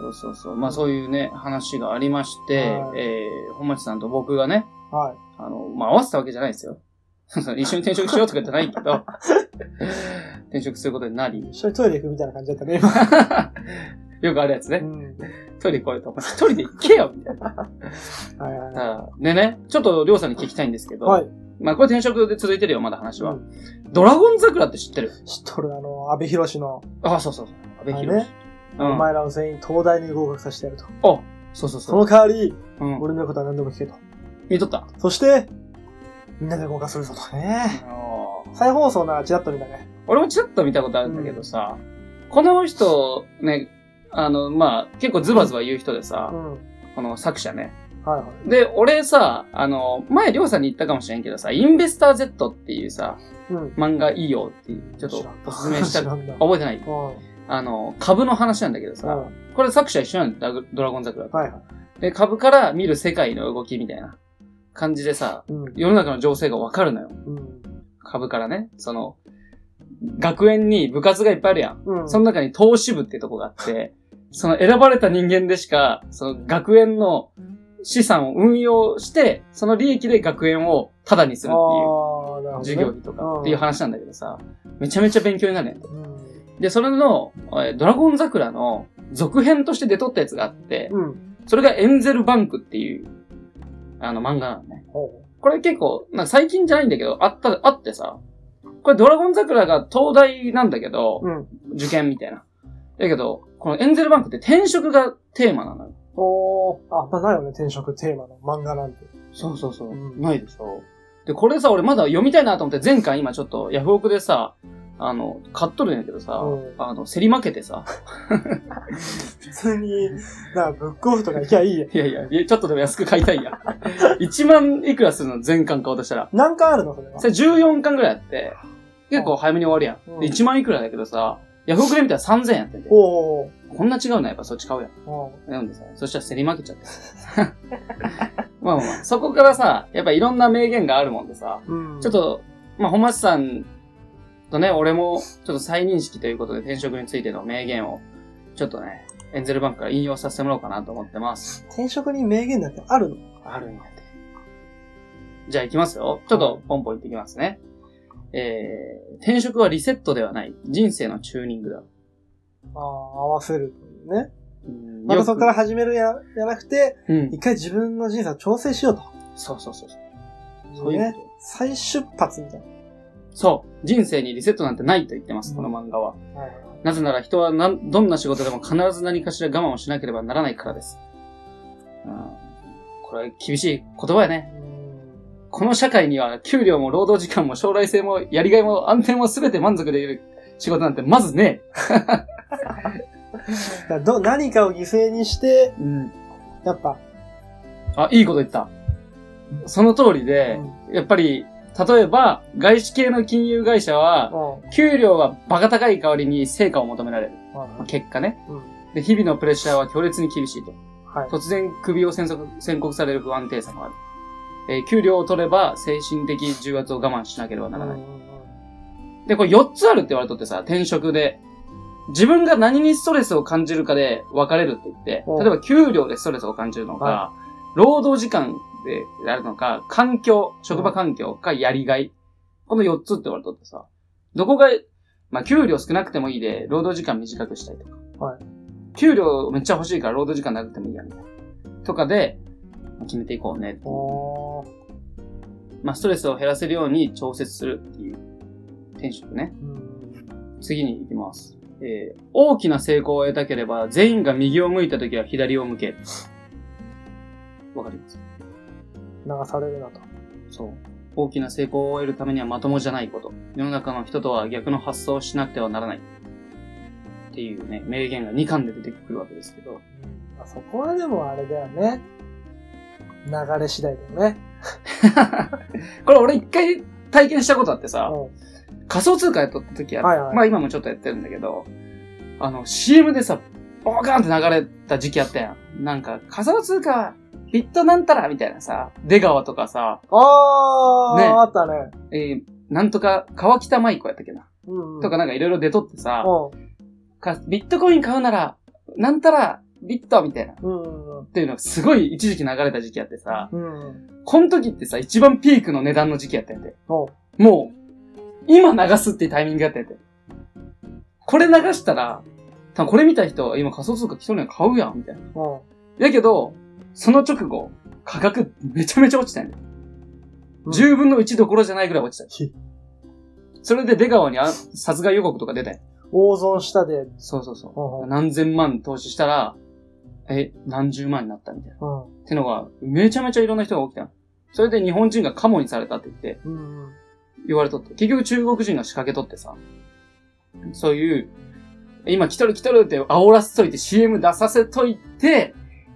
そうそうそう。まあそういうね、話がありまして、
はい
えー、本町さんと僕がね、
はい。
あの、まあ、合わせたわけじゃないですよ。 *laughs* その一緒に転職しようとかじゃないけど、 *laughs* 転職することになり、 *laughs*
一緒にトイレ行くみたいな感じだったね、今。
よくあるやつ
う
ね。
ん。
トイレ来いと。お前一人で行けよみたい
はいはいはい。
な。でね、ちょっとりょうさんに聞きたいんですけど、
はい。
まあ、これ転職で続いてるよ、まだ話は。
うん
ドラゴン桜って知ってる
知っとる、あの、安倍博の、
ああ、そうそうそう。安倍
あれ
博
ね
士。、う
お
ん。あ、
前らを全員東大に合格させてやると。
そうそう
そ
そう。
の代わり、
うん。
俺のことは何でも聞けと。
見とった。
そして、みんなで合格するぞと。ね再放送ならチラッと見たね。
俺もちらっと見たことあるんだけどさ、この人、ね、あの、まあ、結構ズバズバ言う人で
う
さ、
ん。
この作者ね。
はいはい。
で、俺さ、あの、前、りょうさんに言ったかもしれんけどさ、インベスター Z っていうさ、
うん。
漫画いいよっていう、ちょっ
知
と
らん
おすすめした
知
く
らんな
覚えてない
うん。
あの、株の話なんだけど
うん
さ、これ作者一緒なんだよ、ドラゴン桜と。
はいはい。
で、株から見る世界の動きみたいな感じでさ、
うん。
世の中の情勢がわかるのよ。
うん。
株からね。その、学園に部活がいっぱいあるやん。
うん。
その中に投資部ってとこがあって、その選ばれた人間でしか、その学園の資産を運用して、その利益で学園をタダにするっ
あーなるほどね
ていう、授業費と
う
か
ん
っていう話なんだけどさ、めちゃめちゃ勉強になるやん。
うん。
で、それの、えードラゴン桜の続編として出とったやつがあって、
うん。
それがエンゼルバンクっていう、あの漫画なのね。
ほ
これ結構、なんか最近じゃないんだけど、あった、あってさ、これドラゴン桜が東大なんだけど
う。、うん。
受験みたいな。だけど、このエンゼルバンクって転職がテーマなのよ。
おー。あ、まあないよね、転職テーマの漫画なんて。
そうそうそう
うん
ないでしょ。で、これさ、俺まだ読みたいなと思って、前回今ちょっとヤフオクでさ、あの、買っとるんやけどさ、
うん
あの、競り負けてさ、
普通に、なんかブックオフとか行きゃいいや。
いやいや、いやちょっとでも安く買いたいや。1万いくらするの全巻買おうとしたら。
何巻あるのそれは
そ。れ14巻ぐらいあって、結構早めに終わるや。
うんん
で、1万いくらだけどさ、ヤフオクで見たら3000円やってて。
おー。
こんな違うのやっぱそっち買うやん。
うん。
なんでさ、そしたら競り負けちゃってさまあまあまあ、そこからさ、やっぱいろんな名言があるもんでさ、
うん
ちょっ、と、まあ、本町さんとね、俺も、ちょっと再認識ということで転職についての名言を、ちょっとね、エンゼルバンクから引用させてもらおうかなと思ってます。
転職に名言なんてあるの
あるんやて。じゃあ行きますよ。ちょっと、ポンポン行ってきますね。えー、転職はリセットではない。人生のチューニングだ。
ああ、合わせるというね。
うん
またそこか、ら
よ
始めるや、じゃなくて、
くうん。
一回自分の人生を調整しようと。
そうそうそうそう。そういう
ね
こ。と。
再出発みたい
そう。人生にリセットなんてないと言ってます、この漫画は。
な。はいはいはい
なぜなら人はなんどんな仕事でも必ず何かしら我慢をしなければならないからです。うん、これは厳しい言葉やね。
うん
この社会には給料も労働時間も将来性もやりがいも安定も全て満足できる仕事なんてまずね
だからど何かを犠牲にし
え。、
て
うん。
やっぱ、
あ、いいこと言った。その通りで、やっぱり、例えば、外資系の金融会社は、
う
給料はバカ高い代わりに成果を求められる。
ん。はい
ま
は
あ
い
結果ね。
うん
で、日々のプレッシャーは強烈に厳しいと。
はい。
突然首を宣告宣告される不安定さもある。えー給料を取れば精神的重圧を我慢しなければなら
うん
な
う
い。
ん
で、これ4つあるって言われとってさ、転職で。自分が何にストレスを感じるかで分かれるって言って、
うん
例えば給料でストレスを感じるのか、労働時間であるのか、環境、職場環境かやりがい。この4つって言われとってさ、どこが、まあ、給料少なくてもいいで、労働時間短くしたいとか。
はい
給料めっちゃ欲しいから労働時間なくてもいいや、みたいな。とかで、決めていこうねっていう。
おー。
まあ、ストレスを減らせるように調節するっていう転職ね。
うん。
次に行きます。えー大きな成功を得たければ、全員が右を向いたときは左を向け。わかります
流されるなと。
そう。大きな成功を得るためにはまともじゃないこと。世の中の人とは逆の発想をしなくてはならない。っていうね、名言が2巻で出てくるわけですけど。
うんまあそこはでもあれだよね。流れ次第だよね。
これ俺一回体験したことあってさ、
う
仮想通貨やっとった時や、
はいはい
まあ今もちょっとやってるんだけど、あの CM でさ、ボカーンって流れた時期あったやん。なんか仮想通貨、ビットなんたらみたいなさ、出川とかさ、
ん。あー、
ね
あったね。
えーなんとか川北舞子やったっけな。
うん、うん。
とかなんかいろいろ出とってさ、
う
かビットコイン買うなら、なんたら、ビットみたいな。っ
ん。うん。
ていうのがすごい一時期流れた時期あってさ、
うん。うん。
この時ってさ、一番ピークの値段の時期やったんやて。
おう
もう、今流すっていうタイミングやったんやて。これ流したら、多分これ見た人、今仮想通貨一人で買うやん、みたいな。
おう
やけど、その直後、価格めちゃめちゃ落ちたんや、ね
うん
10分の1どころじゃないぐらい落ちた。
ひ
それで出川にあ殺害予告とか出たんや
大損したで。
そうそうそう。
うん。うん。
何千万投資したら、え、何十万になったみたいな。
うん
ってのが、めちゃめちゃいろんな人が起きたの。それで日本人がカモにされたって言って、
うん。うん。
言われとって。結局中国人が仕掛けとってさ、そういう、今来とる来とるって煽らせといて CM 出させといて、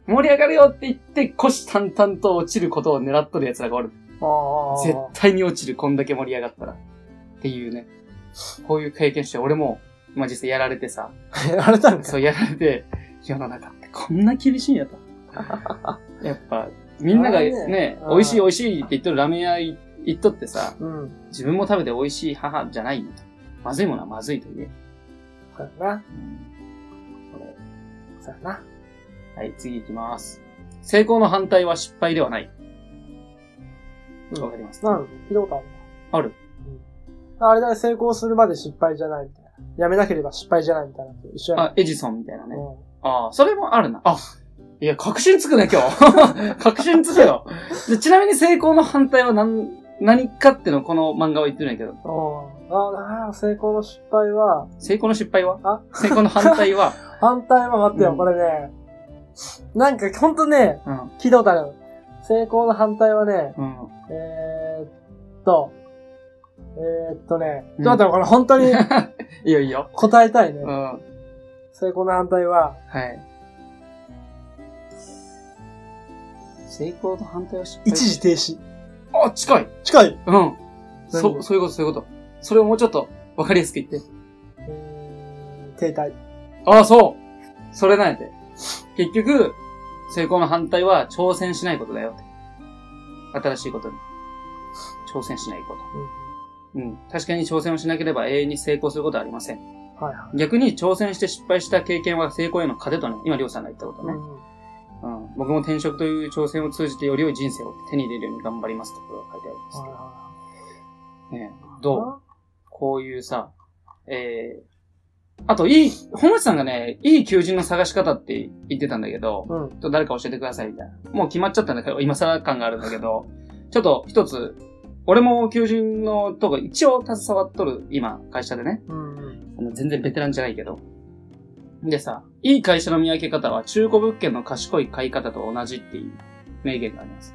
盛り上がるよって言って、虎視眈々と落ちることを狙っとる奴らがおる。
ああ。
絶対に落ちる、こんだけ盛り上がったら。っていうね。こういう経験して、俺も、まあ、実際やられてさ、
やられたんです
そうやられて、世の中ってこんな厳しいん
*laughs*
やと。やっぱ、みんなが
あれね
ね、
うん
美味しい美味しいって言っとるラーメン屋い行っとってさ、
うん。
自分も食べて美味しい母じゃないよと。まずいものはまずいと言え。
そうやな。
これ
そうやな。
はい、次行きます。成功の反対は失敗ではない。
うん
わかります。
なん聞いたことある
ある。
な。あれだね、成功するまで失敗じゃないみたいな。やめなければ失敗じゃないみたいな。一緒や
あ、エジソンみたいなね。
ね。うん。
ああ、それもあるな。あ、いや、確信つくね、今日。 *laughs* 確信つくよ。でちなみに成功の反対は何、何かってのをこの漫画は言ってるんやけど、
うんああ、成功の失敗は、
成功の失敗は
あ
成功の反対 *laughs* は
反対は待ってよ、
うん
これね。なんか、ほんとね、
うん。
聞いたことある。成功の反対はね、
うん。
えー、っと、えー、っとね、
うん
ちょっと待って、これ本
*laughs*
当に
いいよいいよ。
答えたいうね
ん。。は
成功の反対は、
い。成功と反対は失敗。
一時停止。
あ、近い
近い
うん。そ、
何
そういうこと、そういうこと。それをもうちょっと分かりやすく言って。
えー停滞。
ああ、そうそれなんやて。結局、成功の反対は挑戦しないことだよって。新しいことに。挑戦しないこ
うん
と。うん。確かに挑戦をしなければ永遠に成功することはありません。
はいは
逆に挑戦して失敗した経験は成功への糧とね、今、りょうさんが言ったこと
い。
ね。
うん
うん、僕も転職という挑戦を通じてより良い人生を手に入れるように頑張りますってことが書いてあります
はいは
けど。ねえ、
い
どうこういうさ、えー、あといい、本町さんがね、いい求人の探し方って言ってたんだけど、
うん。
ちょっと誰か教えてくださいみたいな。もう決まっちゃったんだけど、今更感があるんだけど、ちょっと一つ、俺も求人のとこ一応携わっとる、今、会社でね。
うんうん。
あの全然ベテランじゃないけど。でさ、いい会社の見分け方は中古物件の賢い買い方と同じっていう名言があります。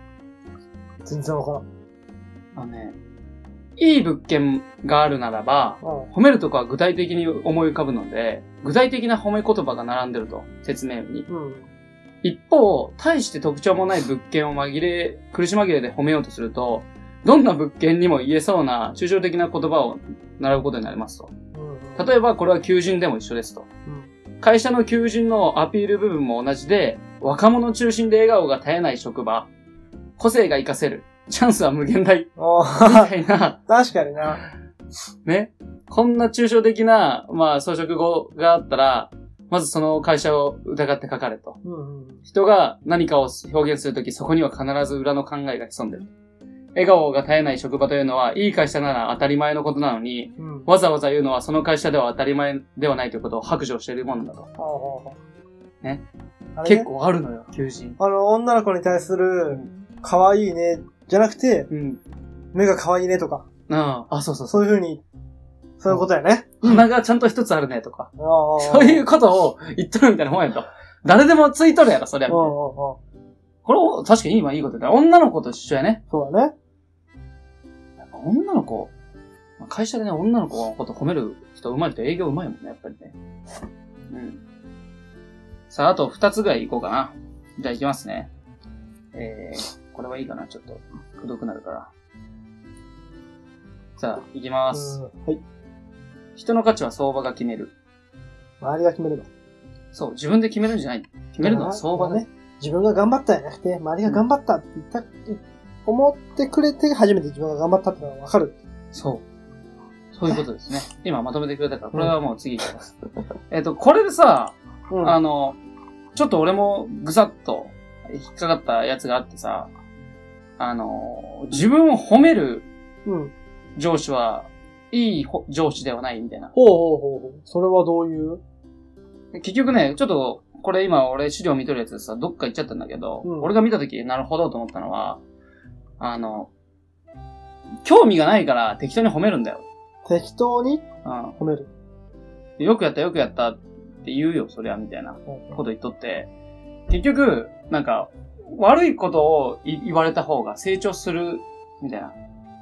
全然わからん。
あのね、いい物件があるならば、
うん。
褒めるとこは具体的に思い浮かぶので、具体的な褒め言葉が並んでると、説明に。
うん。
一方、大して特徴もない物件を紛れ、苦し紛れで褒めようとすると、どんな物件にも言えそうな抽象的な言葉を習うことになりますと。
うん
例えばこれは求人でも一緒ですと。会社の求人のアピール部分も同じで、若者中心で笑顔が絶えない職場、個性が活かせる、チャンスは無限大、み
おー
たい
*laughs*
な、
確かにな。
ね。こんな抽象的な、まあ、装飾語があったら、まずその会社を疑って書かれと。
うんうん。
人が何かを表現するとき、そこには必ず裏の考えが潜んでる。笑顔が絶えない職場というのは、いい会社なら当たり前のことなのに、
うん。
わざわざ言うのはその会社では当たり前ではないということを白状しているものだと。
ああああ
ね。
あれね
結。構あるのよ、求人。
あの、女の子に対する、可愛いね、じゃなくて、
うん。
目が可愛いねとか、
ああ、あそうそうそう。
そういう風に、そういうことやね。
鼻がちゃんと一つあるね、とか。
ああああ
そういうことを言っとるみたいなもんやと。誰でもついとるやろ、それ
うんうんうん。
これ、確かに今いいことだ。女の子と一緒やね。
そうだね。
やっぱ女の子、まあ会社でね、女の子のこと褒める人上手い人営業上手いもんね、やっぱりね。うん。さあ、あと二つぐらい行こうかな。じゃあ行きますね。えー、これはいいかな、ちょっと。くどくなるから。さあ、行きます。
うんはい。
人の価値は相場が決める。
周りが決めるの。決
そう、自分で決めるんじゃない。決めるのは相場だ。。
自分が頑張ったんじゃなくて、周りが頑張ったって言った、思ってくれて初めて自分が頑張ったってのがわかる。
そう。そういうことですね。今まとめてくれたから、これはもう次いきます。 *laughs* えっと、これでさ、
うん。
あの、ちょっと俺もぐさっと引っかかったやつがあってさ、あの、自分を褒める
うん。
上司は、いいほ上司ではないみたいな。
ほうほうほうほう。それはどういう
結局ね、ちょっと、これ今俺資料見とるやつでさ、どっか行っちゃったんだけど、
うん
俺が見たとき、なるほどと思ったのは、あの、興味がないから適当に褒めるんだよ。
適当に
うん。
褒める。
よくやったよくやったって言うよ、そりゃ、みたいなこと言っとって、結局、なんか、悪いことをい言われた方が成長する、みたいな。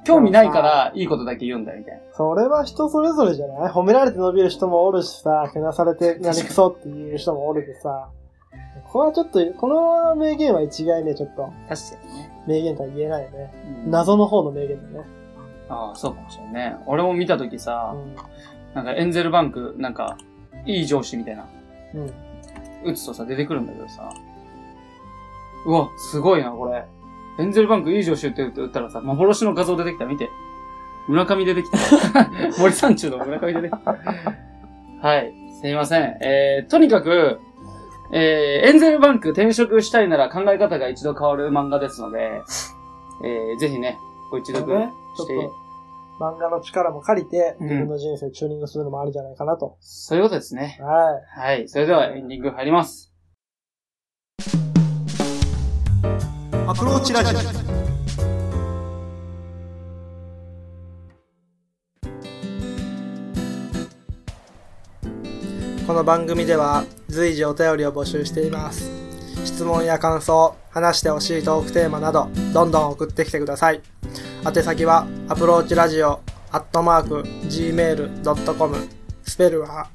興味ないからいいことだけ言うんだよ、みたいな。
それは人それぞれじゃない褒められて伸びる人もおるしさ、けなされてやりくそっていう人もおるでさ。これはちょっと、この名言は一概ね、ちょっと、
確かにね。
名言とは言えないよね。
うん
謎の方の名言だね。
ああ、そうかもしれんね。俺も見たとき
う
さ、
ん。
なんかエンゼルバンク、なんか、いい上司みたいな、
うん。
打つとさ、出てくるんだけどさ。うわ、すごいな、これ。エンゼルバンクいい上司って打ったらさ、幻の画像出てきた、見て。村上出てきた。 *laughs* 森三中の村上出てきた。はい、すいません。えー、とにかく、えー、エンゼルバンク転職したいなら考え方が一度変わる漫画ですので、えー、ぜひね、ご一読
ね、ちょ
し、
ってと、漫画の力も借りて、
うん
自分の人生をチューニングするのもあるんじゃないかなと。
そういうことですね。
は
はい、それではエンディング入ります。
い。アプローチラジオ。この番組では随時お便りを募集しています。質問や感想、話してほしいトークテーマなど、どんどん送ってきてください。宛先は、アプローチラジオ、アットマーク、gmail.com、スペルは、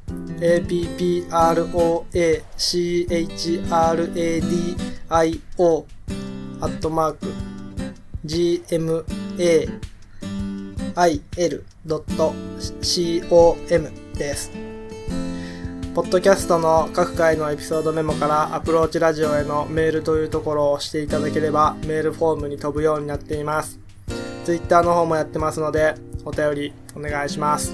approachradio、アットマーク、gmail.com です。ポッドキャストの各回のエピソードメモからアプローチラジオへのメールというところを押していただければメールフォームに飛ぶようになっています。ツイッターの方もやってますのでお便りお願いします。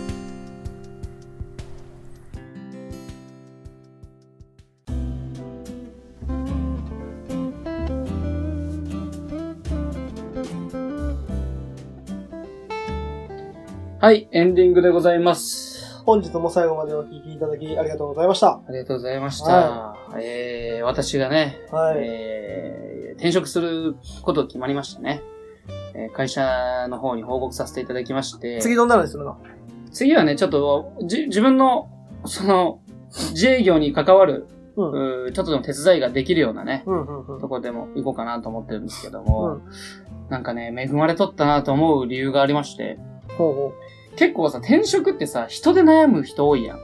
はい、エンディングでございます。
本日も最後までお聞きいただきありがとうございました。
ありがとうございました。
は
えー、私がね、
はい
えー、転職すること決まりましたね。えー会社の方に報告させていただきまして、
次どんなのにするの
次はね、ちょっと、じ、自分の、その、自営業に関わる、
うん。うん
うーちょっとでも手伝いができるようなね、
うんうん
とこでも行こうかなと思ってるんですけど
う
も、
ん。
なんかね、恵まれとったなと思う理由がありまして、
ほうほう。
結構さ、転職ってさ、人で悩む人多いやん。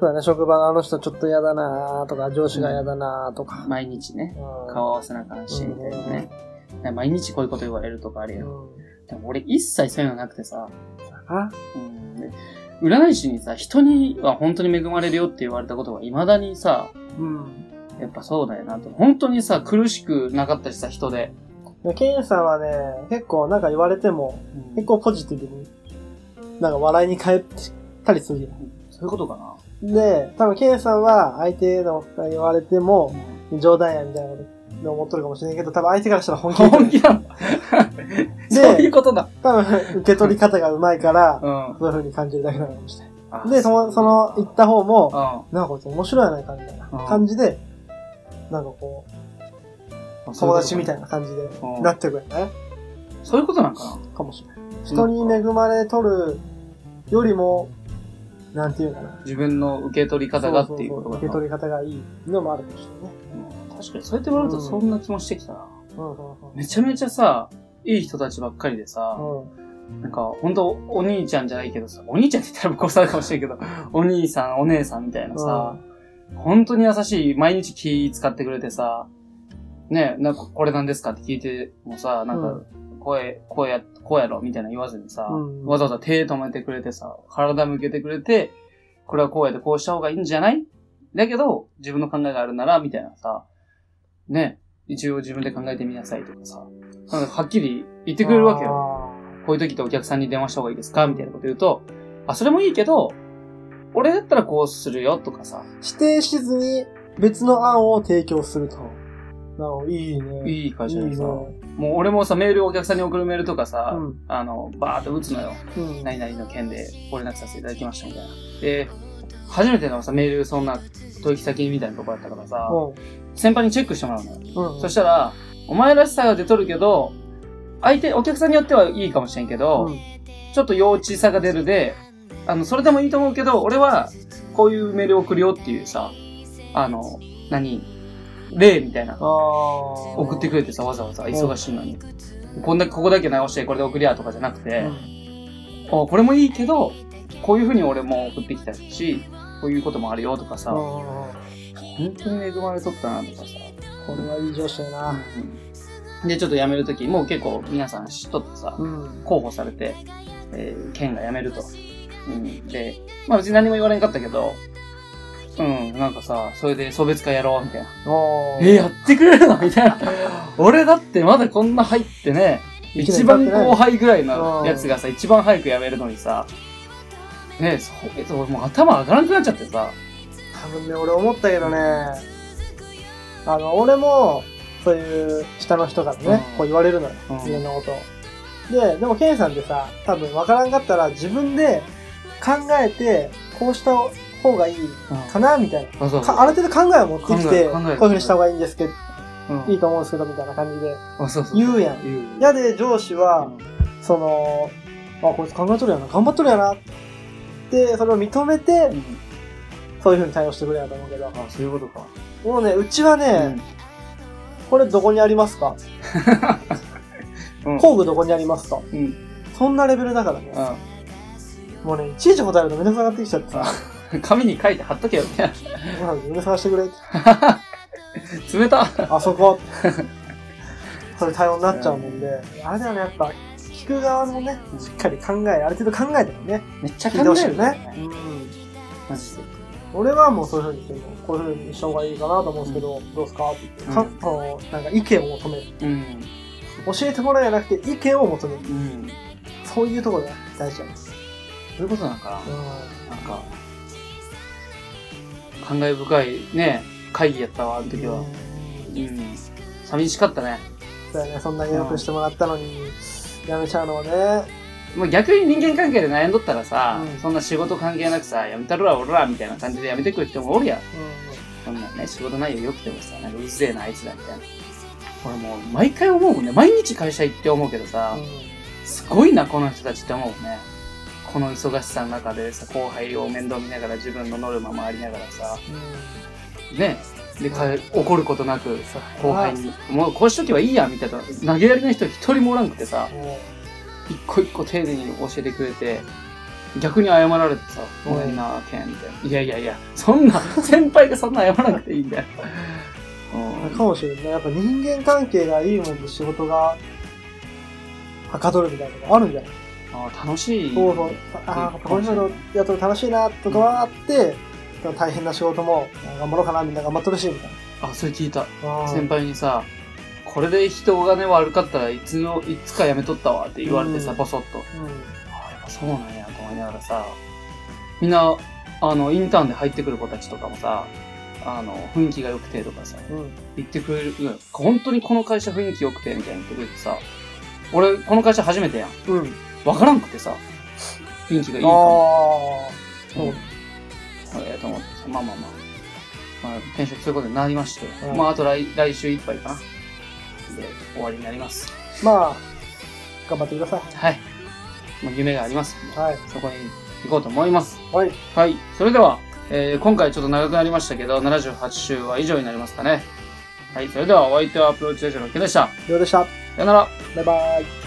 そうだね、職場のあの人ちょっと嫌だなーとか、上司が嫌だなーとか。
毎日ね、
うん
顔合わせなあかんし、みたいなね。毎日こういうこと言われるとかあるやん。
うん
でも俺一切そういうのなくてさ、
あ
うん、で占い師にさ、人には本当に恵まれるよって言われたことが未だにさ、
うん。
やっぱそうだよなって。本当にさ、苦しくなかったしさ、人で。
でケンさんはね、結構なんか言われても、
うん
結構ポジティブに、なんか笑いに変えたりするよ。
そういうことかな。
で、多分ケンさんは相手の人が言われても、冗談やみたいなこと思っとるかもしれないけど、多分相手からしたら本気で
本気なのそういうことだ。
多分受け取り方がうまいから、
うん。うん。
そういう風に感じるだけなのかもしれない。で、その、その、言った方も、
う
なんかこいつ面白いやないかみたいな感じで、なんかこう、
ん。
友達みた
い
いな感じで
うん
なってくるよね。
そういうことなんか
かもしれない。人に恵まれとるよりも、なんていうかな
な。自分の受け取り方がっていうこと
そそ
が。
そ受け取り方がいいのもあるかもしれないね。
うん確かに、そうやって言われるとそんな気もしてきたな。
うんうん
めちゃめちゃさ、いい人たちばっかりでさ、
うん。うん
なんか、ほんと、お兄ちゃんじゃないけどさ、お兄ちゃんって言ったら僕さかもしれんけど、 *laughs* お兄さん、お姉さんみたいなさ、本当に優しい、毎日気使ってくれてさ、ね、なんか、これなんですかって聞いてもさ、なん
う
か、声、こうや、こうやろみたいな言わずにさ、
うん
わざわざ手止めてくれてさ、体向けてくれて、これはこうやってこうした方がいいんじゃないだけど、自分の考えがあるなら、みたいなさ、ね、一応自分で考えてみなさいとかさ、なんかはっきり言ってくれるわけよ。こういう時ってお客さんに電話した方がいいですかみたいなこと言うと、あ、それもいいけど、俺だったらこうするよとかさ、
あー否定しずに別の案を提供すると。なるほど、いいね。い
いい会社
ね。
でさ、もう俺もさ、メールをお客さんに送るメールとかさ、
うん
あの、バーって打つのよ。
うん
何々の件でご連絡させていただきましたみたいな。で、初めてのさ、メールそんな取引先みたいなとこだったからさ、先輩にチェックしてもらうのよ。
うん。うん。
そしたら、お前らしさが出とるけど、相手、お客さんによってはいいかもしれんけど、
うん
ちょっと幼稚さが出るで、あの、それでもいいと思うけど、俺は、こういうメール送るよっていうさ、あの、何例みたいな。
あー
送ってくれてさ、わざわざ、忙しいのに。こんだけ、ここだけ直して、これで送りゃとかじゃなくて、あこれもいいけど、こういうふうに俺も送ってきたし、こういうこともあるよとかさ、
うんう
本
んうんうん
当に恵まれとったなとかさ、
これはいい上司やな。
うんで、ちょっと辞めるとき、もう結構皆さん知っとってさ、
うん。
候補されて、えー県が辞めると。うん、で、まあ別に何も言われんかったけど、うん、なんかさ、それで送別会やろう、みたいな。
お
えー、やってくれるの *laughs* みたいな。俺だってまだこんな入ってね、
一年
一番
経ってない
後輩ぐらいのやつがさ、一番早く辞めるのにさ、ねえ、そう、えっと、俺もう頭上がらなくなっちゃってさ、
多分ね、俺思ったけどね、あの、俺も、そういう下の人からね、
うん
こう言われるのよ
うん、
いろんなことを。で、でもケンさんってさ、多分分からんかったら自分で考えて、こうした方がいいかな、みたいな。
あ、そうそう
かある程度考えを持ってき
考え
て、
る
こ
考
う
え
いう
る
風にした方がいいんですけど、
うん
いいと思うんですけど、みたいな感じで。
あ、そうそう。
言うやん
言う。
やで、上司は、
うん
その、あ、こいつ考えとるやな、頑張っとるやな、って、それを認めて
う、ん
そういう風に対応してくれやと思うけど。
あ、そういうことか。
もうね、うちはね、これどこにありますか
うん。
工具どこにありますか
うん。うん。
そんなレベルだからね。もうね、いちいち答えるとめんどくさがってきちゃってさ、
うん紙に書いて貼っとけよ、みたいな。
まあ自分で探してくれ。 *laughs*
冷た。
あそこ。それ対応になっちゃうもんで、あれだよね、やっぱ、聞く側もね、しっかり考え、ある程度考えてもね、
めっちゃ
聞いて
考
ほし
え
いよ
る
ね。。うん。
マジで。
俺はもうそういうふうに、こういうふうにした方がいいかなと思うんですけど、どうですかって言って、か
うん
あのなんか意見を求める。
うん。
教えてもらえなくて意見を求める。
うん。
そういうところが大事なんです。
そういうことなんか
う
な。なんか、感慨深いね、会議やったわ、あの
ん。
時は。うん。寂しかったね。
そうやね、そんなによくしてもらったのに、やめちゃうのはね、
もう逆に人間関係で悩んどったらさ、
うん
そんな仕事関係なくさ、やめたるわ、俺ら、みたいな感じでやめてくる人もおるやん。
う
そんなんね、仕事内容良くてもさ、なんかうぜえな、あいつら、みたいな。俺もう、毎回思うもんね。毎日会社行って思うけどさ、
ん。うん
すごいな、この人たちって思うね。この忙しさの中でさ、後輩を面倒見ながら自分のノルマもありながらさ、ね。で、か怒ることなく、後輩に、もうこうしとけばいいや、みたいな。投げやりの人一人もおらんくてさ、
も
一個一個丁寧に教えてくれて、逆に謝られてさ、
うん
ごめんな、ケン、みたいな。いやいやいや、そんな、 *laughs* 先輩がそんな謝らなくていいんだよ。
うかもしれない。やっぱ人間関係がいいもんで仕事が、はかどるみたいなのがあるんじゃない
あー楽しい。
そうそう。ああ、こういうのやっと楽しいな、とかはあって、大変な仕事もあ頑張ろうかな、みんな頑張ってるし、みたい
あ、それ聞いた。
な。
先輩にさ、これで人がね、悪かったらいつの、いつかやめとったわって言われてさ、
うん
ボソッと。
うん。
あやっぱそうなんやと思いながらさ、みんなあの、インターンで入ってくる子たちとかもさ、あの、雰囲気が良くてとかさ、
うん。
言ってくれる、うん本当にこの会社雰囲気良くてみたいに言ってくれてさ、俺、この会社初めてやん。
うん。
わからんくてさ、雰囲気がいいか
あ
も。
あ。そう。
ええと思ってさ、まあまあまあ。まあ、転職することになりまして、
うん
まあ、あと来、来週いっぱいかな。で、終わりになります。
まあ、頑張ってくださ
はい。もう夢があります。
い。はい。
そこに行こうと思います。
はい。
はい。それでは、えー今回ちょっと長くなりましたけど、78週は以上になりますかね。はい。それでは、お相手はアプローチラジオの池でした。
りょうでした。
さよなら。
バイバイ。